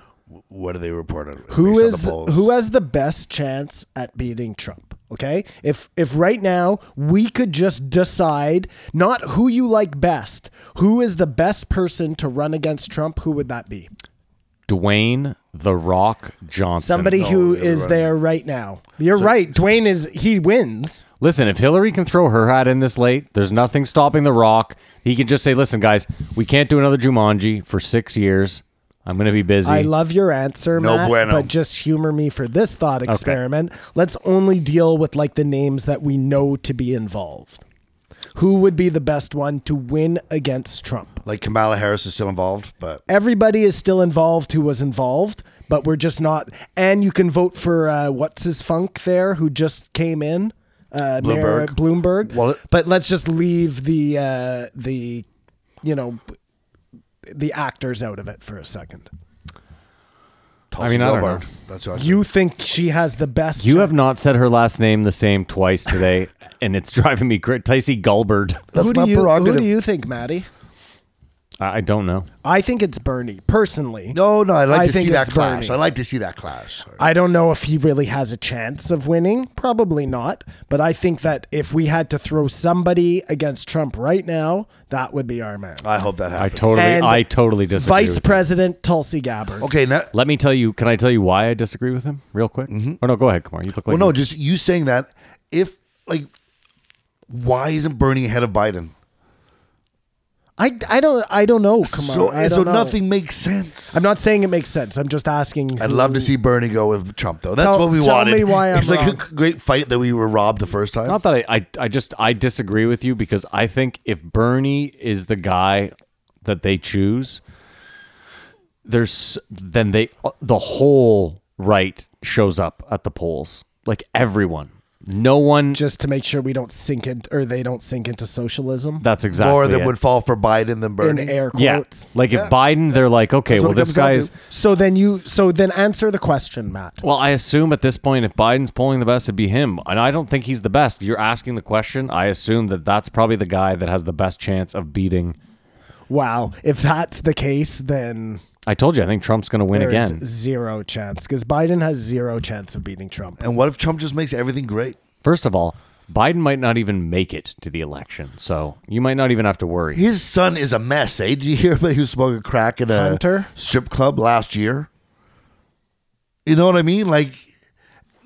B: What do they report on? based
C: Who
B: on the
C: is
B: polls?
C: who has the best chance at beating Trump? Okay, if if right now we could just decide not who you like best, who is the best person to run against Trump? Who would that be?
A: Dwayne the Rock Johnson.
C: Somebody who is there right now. You're right. Dwayne is he wins.
A: Listen, if Hillary can throw her hat in this late, there's nothing stopping the Rock. He can just say, "Listen, guys, we can't do another Jumanji for six years. I'm going to be busy."
C: I love your answer,
B: No
C: Matt,
B: bueno.
C: but just humor me for this thought experiment. Let's only deal with like the names that we know to be involved. Who would be the best one to win against Trump?
B: Like Kamala Harris is still involved, but
C: everybody is still involved who was involved, but we're just not. And you can vote for uh, what's his funk there, who just came in, uh,
B: Bloomberg.
C: Mayor Bloomberg.
B: Well, it-
C: but let's just leave the uh, the you know the actors out of it for a second.
B: Tulsi
A: mean, I don't
B: Gabbard.
A: know.
B: That's what I
C: You think she has the best?
A: you
C: chance-
A: have not said her last name the same twice today, and it's driving me crazy. Ticey Gulbert.
B: That's
C: who
B: my
C: do you who
B: prerogative.
C: do you think, Maddie?
A: I I don't know.
C: I think it's Bernie personally.
B: No, no, I'd like
C: I
B: to see
C: think
B: that
C: it's
B: clash.
C: Bernie.
B: I'd like to see that clash.
C: I don't know if he really has a chance of winning. Probably not. But I think that if we had to throw somebody against Trump right now, that would be our man.
B: I hope that
A: I
B: happens.
A: totally,
C: And
A: I totally disagree.
C: Vice
A: with you.
C: President Tulsi Gabbard.
B: okay, now,
A: Let me tell you. Can I tell you why I disagree with him, real quick? Or Mm-hmm. no, go ahead, Kumar. You look like
B: well,
A: you-
B: no, just you saying that. If like, why isn't Bernie ahead of Biden?
C: I, I don't I don't know. Come on.
B: so
C: I don't
B: so
C: know.
B: nothing makes sense.
C: I'm not saying it makes sense. I'm just asking.
B: I'd
C: who-
B: love to see Bernie go with Trump though. That's
C: Tell-
B: what we
C: tell
B: wanted.
C: me why I'm
B: it's like
C: wrong.
B: a great fight that we were robbed the first time.
A: Not that I, I, I just I disagree with you because I think if Bernie is the guy that they choose, there's then they the whole right shows up at the polls. Like everyone. No one
C: just to make sure we don't sink in or they don't sink into socialism.
A: that's exactly
B: More than
A: it.
B: would fall for Biden than
C: in
B: Bernie.
C: air
A: yeah.
C: quotes.
A: Like if Biden they're like, okay,
B: what
A: well
B: it
A: this
B: comes down
A: guy's
B: to.
C: So then you so then answer the question, Matt.
A: Well, I assume at this point, if Biden's polling the best, it'd be him. And I don't think he's the best. You're asking the question. I assume that that's probably the guy that has the best chance of beating.
C: Wow, if that's the case, then
A: I told you, I think Trump's going to win
C: there's
A: again.
C: zero chance because Biden has zero chance of beating Trump.
B: And what if Trump just makes everything great?
A: First of all, Biden might not even make it to the election. So you might not even have to worry.
B: His son is a mess, eh? Did you hear about he was smoking crack in a
C: Hunter?
B: strip club last year? You know what I mean? Like,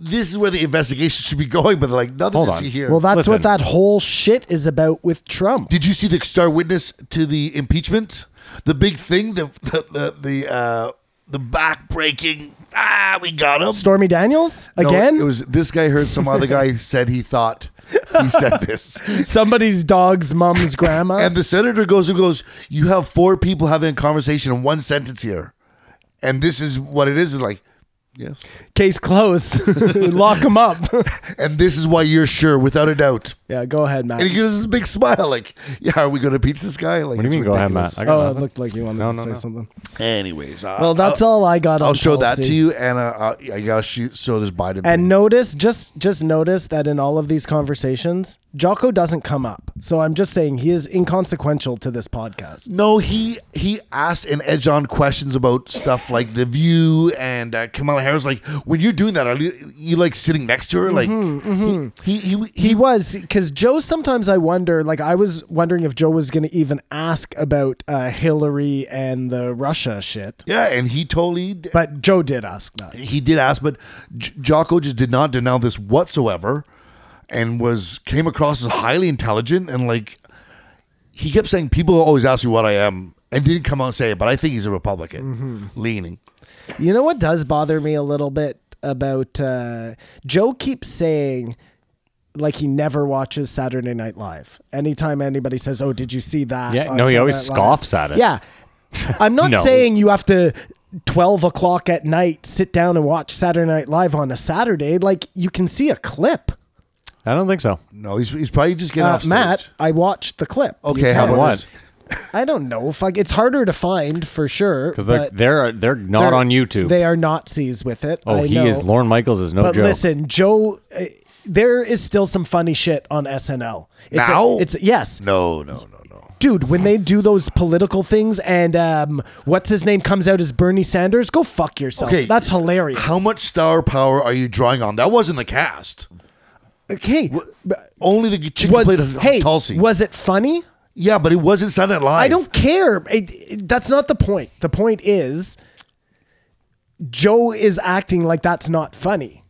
B: this is where the investigation should be going, but like nothing
A: Hold
B: to
A: on.
B: see here.
C: Well, that's
A: Listen.
C: what that whole shit is about with Trump.
B: Did you see the star witness to the impeachment? The big thing, the the the, the uh, the back breaking. Ah, we got him
C: Stormy Daniels
B: No,
C: again.
B: it was this guy heard some other guy said he thought he said this,
C: Somebody's dog's mom's grandma.
B: and the senator goes and goes. You have four people having a conversation in one sentence here, and this is what it is. Is like, yes,
C: Case closed. Lock him up.
B: and this is why you're sure without a doubt.
C: yeah, go ahead, Matt.
B: And he gives us a big smile, like, "Yeah, are we going to impeach this guy?" Like,
A: What do you mean, go ahead, Matt? I got
C: Oh, it
A: nothing.
C: looked like you wanted
A: No,
C: to
A: no,
C: say
A: no.
C: something.
B: Anyways, uh, I-
C: Well, that's
B: I'll,
C: all I got.
B: I'll
C: on
B: show that
C: Tulsi.
B: to you, and uh, I, I gotta shoot. So does Biden.
C: And notice, just just notice that in all of these conversations, Jocko doesn't come up. So I'm just saying he is inconsequential to this podcast.
B: No, he he asked and edge on questions about stuff like the view and uh, Kamala Harris. Like when you're doing that, are you, you like sitting next to her? Like He, he, he,
C: He was because Joe. Sometimes I wonder, like I was wondering if Joe was going to even ask about uh, Hillary and the Russia shit.
B: yeah, and he totally d-
C: But Joe did ask that.
B: he did ask, but J- Jocko just did not deny this whatsoever, and was came across as highly intelligent and like he kept saying people always ask me what I am and didn't come out and say it, but I think he's a Republican leaning.
C: You know what does bother me a little bit about uh, Joe keeps saying like he never watches Saturday Night Live. Anytime anybody says, "Oh, did you see that?"
A: Yeah,
C: on
A: no, he
C: Saturday
A: always
C: Night Live?"
A: scoffs at it.
C: Yeah, I'm not
A: No.
C: saying you have to. 12 o'clock at night, sit down and watch Saturday Night Live on a Saturday. Like, you can see a clip.
A: I don't think so.
B: No, he's, he's probably just getting
C: Uh,
B: off stage.
C: Matt, I watched the clip. You
B: Okay, how
C: can.
B: about
A: What?
B: this?
C: I don't know. Fuck, it's harder to find for sure.
A: Because they're,
C: but
A: they're, they're not
C: they're-
A: on YouTube.
C: They are Nazis with it.
A: oh,
C: I
A: he
C: know.
A: is. Lorne Michaels is no
C: But
A: joke.
C: listen, Joe, uh, there is still some funny shit on SNL. It's a-
B: Now?
C: it's a- yes,
B: No, no, no, no.
C: dude. When they do those political things, and um, what's his name comes out as Bernie Sanders, go fuck yourself.
B: Okay,
C: that's hilarious.
B: How much star power are you drawing on? That wasn't the cast.
C: Okay,
B: Only the chick who
C: was
B: played
C: hey,
B: Tulsi.
C: was it funny?
B: yeah, but it wasn't Saturday Night Live.
C: I don't care. It- it- that's not the point. The point is, Joe is acting like that's not funny.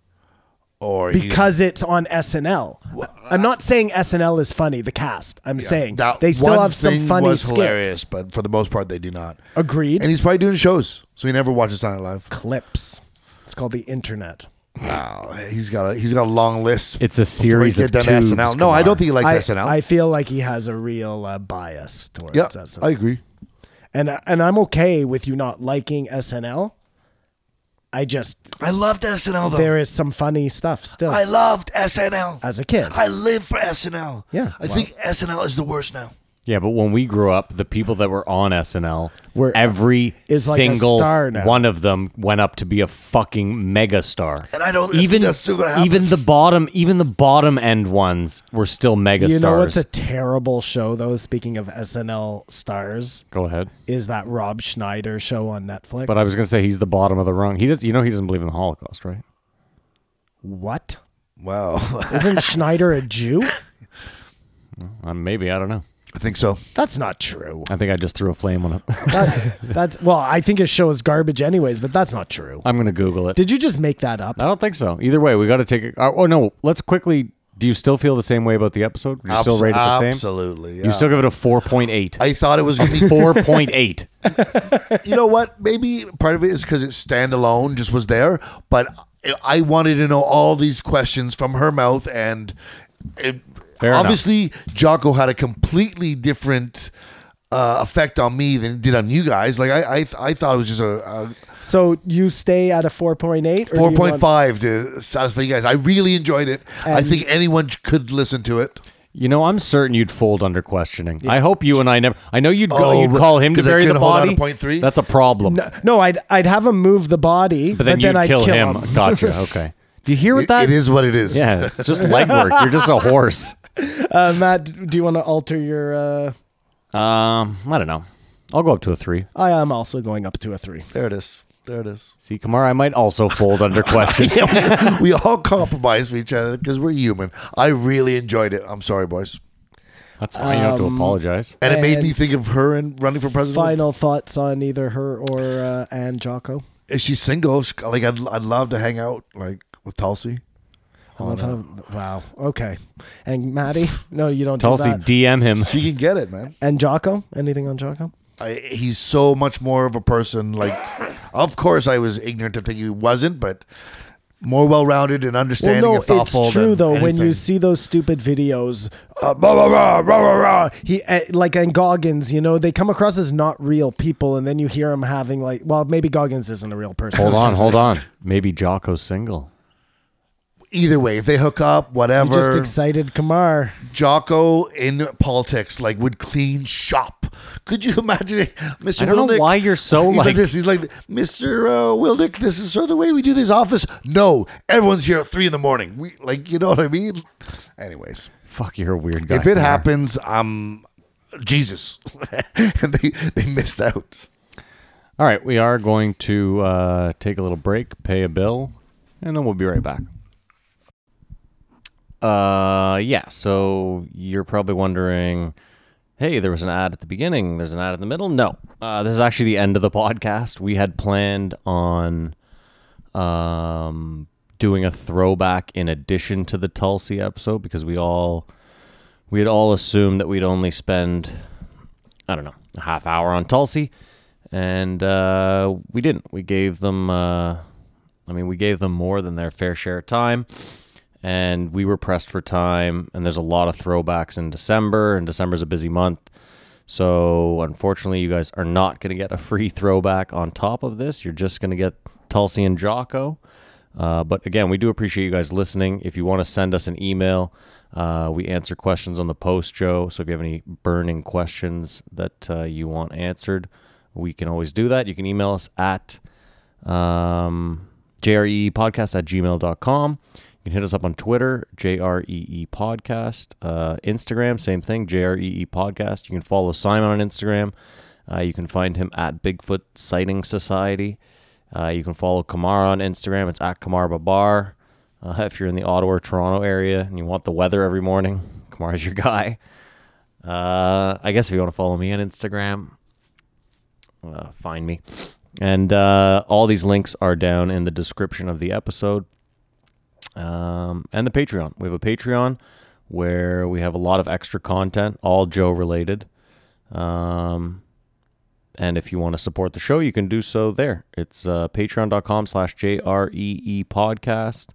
B: Or he's-
C: because it's on SNL. I'm not saying SNL is funny. The cast. I'm saying
B: that
C: they still
B: one
C: have some
B: thing
C: funny
B: was
C: skits.
B: hilarious, but for the most part, they do not.
C: Agreed.
B: And he's probably doing shows, so he never watches Saturday Night Live.
C: Clips. It's called the internet.
B: Wow, he's got a he's got a long list.
A: It's a
B: before he
A: series
B: get
A: of
B: done
A: tubes,
B: SNL. No, I don't think he likes
C: I,
B: SNL.
C: I feel like he has a real uh, bias towards
B: yeah,
C: SNL,
B: I agree.
C: and and I'm okay with you not liking SNL. I just
B: I loved SNL though.
C: there is some funny stuff still
B: Oh. I loved SNL.
C: as a kid.
B: I live for SNL.
C: Yeah.
B: I think SNL is the worst now.
A: Yeah, but when we grew up, the people that were on SNL,
C: Were-
A: every
C: is like a
A: single
C: star now.
A: one of them went up to be a fucking mega star.
B: And I don't think
A: even
B: that's still gonna happen.
A: even the bottom even the bottom end ones were still mega
C: You know
A: stars.
C: what's a terrible show though? Speaking of SNL stars,
A: Go ahead.
C: is that Rob Schneider show on Netflix?
A: But I was gonna say he's the bottom of the rung. He does. You know he doesn't believe in the Holocaust, right?
C: what?
B: Wow, I
C: Isn't Schneider a Jew?
A: Um, maybe I don't know.
B: think so.
C: That's not true.
A: I think I just threw a flame on him.
C: That, that's well, I think his show is garbage anyways, but that's not true.
A: I'm gonna Google it.
C: Did you just make that up?
A: I don't think so. Either way, we got to take it. Oh no, let's quickly. Do you still feel the same way about the episode? You still
B: Abs-
A: rate it the same?
B: Absolutely. Yeah.
A: You still give it a four point eight.
B: I thought it was going to be.
A: Four point eight.
B: you know what? Maybe part of it is because it's standalone, just was there. But I- I wanted to know all these questions from her mouth, and it,
A: Fair enough.
B: obviously Jocko had a completely different uh, effect on me than it did on you guys. Like I, I, I thought it was just a, a
C: So you stay at a 4.8 or
B: four
C: do you want-
B: point five to satisfy you guys. I really enjoyed it. I
C: And-
B: think anyone could listen to it.
A: You know, I'm certain you'd fold under questioning. I hope you and I never. I know you'd go.
B: Oh,
A: you'd call him to
B: 'cause I
A: bury the
B: couldn't hold on to
A: body.
B: point three?
A: That's a problem.
C: No, no, I'd I'd have him move the body,
A: but then you'd
C: I'd
A: kill,
C: kill
A: him.
C: him.
A: Gotcha. Okay. Do you hear what
B: It-
A: that?
B: it is what it is.
A: Yeah, it's just legwork. You're just a horse.
C: Uh, Matt, d- do you want to alter your? Uh,
A: Um, I don't know. I'll go up to a three.
C: I am also going up to a three.
B: There it is. There it is.
A: See, Kamara, I might also fold under question.
B: Yeah, we, we all compromise for each other because we're human. I really enjoyed it. I'm sorry, boys.
A: That's fine. you don't have
B: Um,
A: to apologize.
B: And it made me
C: And-
B: think of her and running for president.
C: Final thoughts on either her or uh, and Jocko.
B: If she's single, she- like I'd, I'd love to hang out like with Tulsi.
C: I love how. Wow. Okay. And Maddie, no, you don't.
A: Tulsi,
C: do that.
A: DM him.
B: She can get it, man.
C: and Jocko, anything on Jocko?
B: I, he's so much more of a person. Like, of course, I was ignorant to think he wasn't, but more well-rounded and understanding
C: well, no,
B: and thoughtful.
C: it's true
B: than
C: though. When you
B: anything.
C: see those stupid videos,
B: Uh, blah, blah, blah, blah, blah, blah.
C: he uh, like and Goggins, you know, they come across as not real people, and then you hear him having like, well, maybe Goggins isn't a real person.
A: Hold on, hold on. Maybe Jocko's single.
B: Either way, if they hook up,
C: You
B: whatever.
C: just excited Kamar.
B: Jocko in politics, like would clean shop. Could you imagine, it? Mr.
A: I don't know
B: Wilnick,
A: why you're so,
B: he's
A: like-
B: this. He's like Mr. Uh, Wilnick. This is sort of the way we do this office. No, everyone's here at three in the morning. We like, you know what I mean. Anyways,
A: Fuck, you're a weird guy.
B: if it
A: Kamara.
B: happens, I'm Jesus. and they they missed out.
A: All right, we are going to uh, take a little break, pay a bill, and then we'll be right back. Uh, yeah, so you're probably wondering hey, there was an ad at the beginning, there's an ad in the middle. No, uh, this is actually the end of the podcast. We had planned on um, doing a throwback in addition to the Tulsi episode because we all. We had all assumed that we'd only spend I don't know, a half hour on Tulsi, and uh, we didn't. We gave them, uh, I mean, we gave them more than their fair share of time, and we were pressed for time. And there's a lot of throwbacks in December, and December's a busy month. So unfortunately, you guys are not going to get a free throwback on top of this. You're just going to get Tulsi and Jocko. Uh, but again, we do appreciate you guys listening. If you want to send us an email, uh, we answer questions on the post, Joe. So if you have any burning questions that uh, you want answered, we can always do that. You can email us at um, jreepodcast at gmail.com. You can hit us up on Twitter, JREE E Podcast. Uh, Instagram, same thing, JREE E Podcast. You can follow Simon on Instagram. Uh, you can find him at Bigfoot Sighting Society. Uh, you can follow Kamara on Instagram. It's at Kamar Babar. Uh, if you're in the Ottawa or Toronto area and you want the weather every morning, Kamara's your guy. Uh, I guess if you want to follow me on Instagram, uh, find me. And uh, all these links are down in the description of the episode um, and the Patreon. We have a Patreon where we have a lot of extra content, all Joe related. Um, and if you want to support the show, you can do so there. It's uh, patreon.com slash JREE E podcast.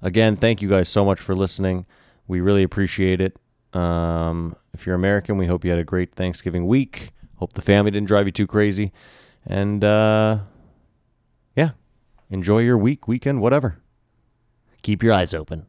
A: Again, thank you guys so much for listening. We really appreciate it. Um, if you're American, we hope you had a great Thanksgiving week. Hope the family didn't drive you too crazy. And uh, yeah, enjoy your week, weekend, whatever. Keep your eyes open.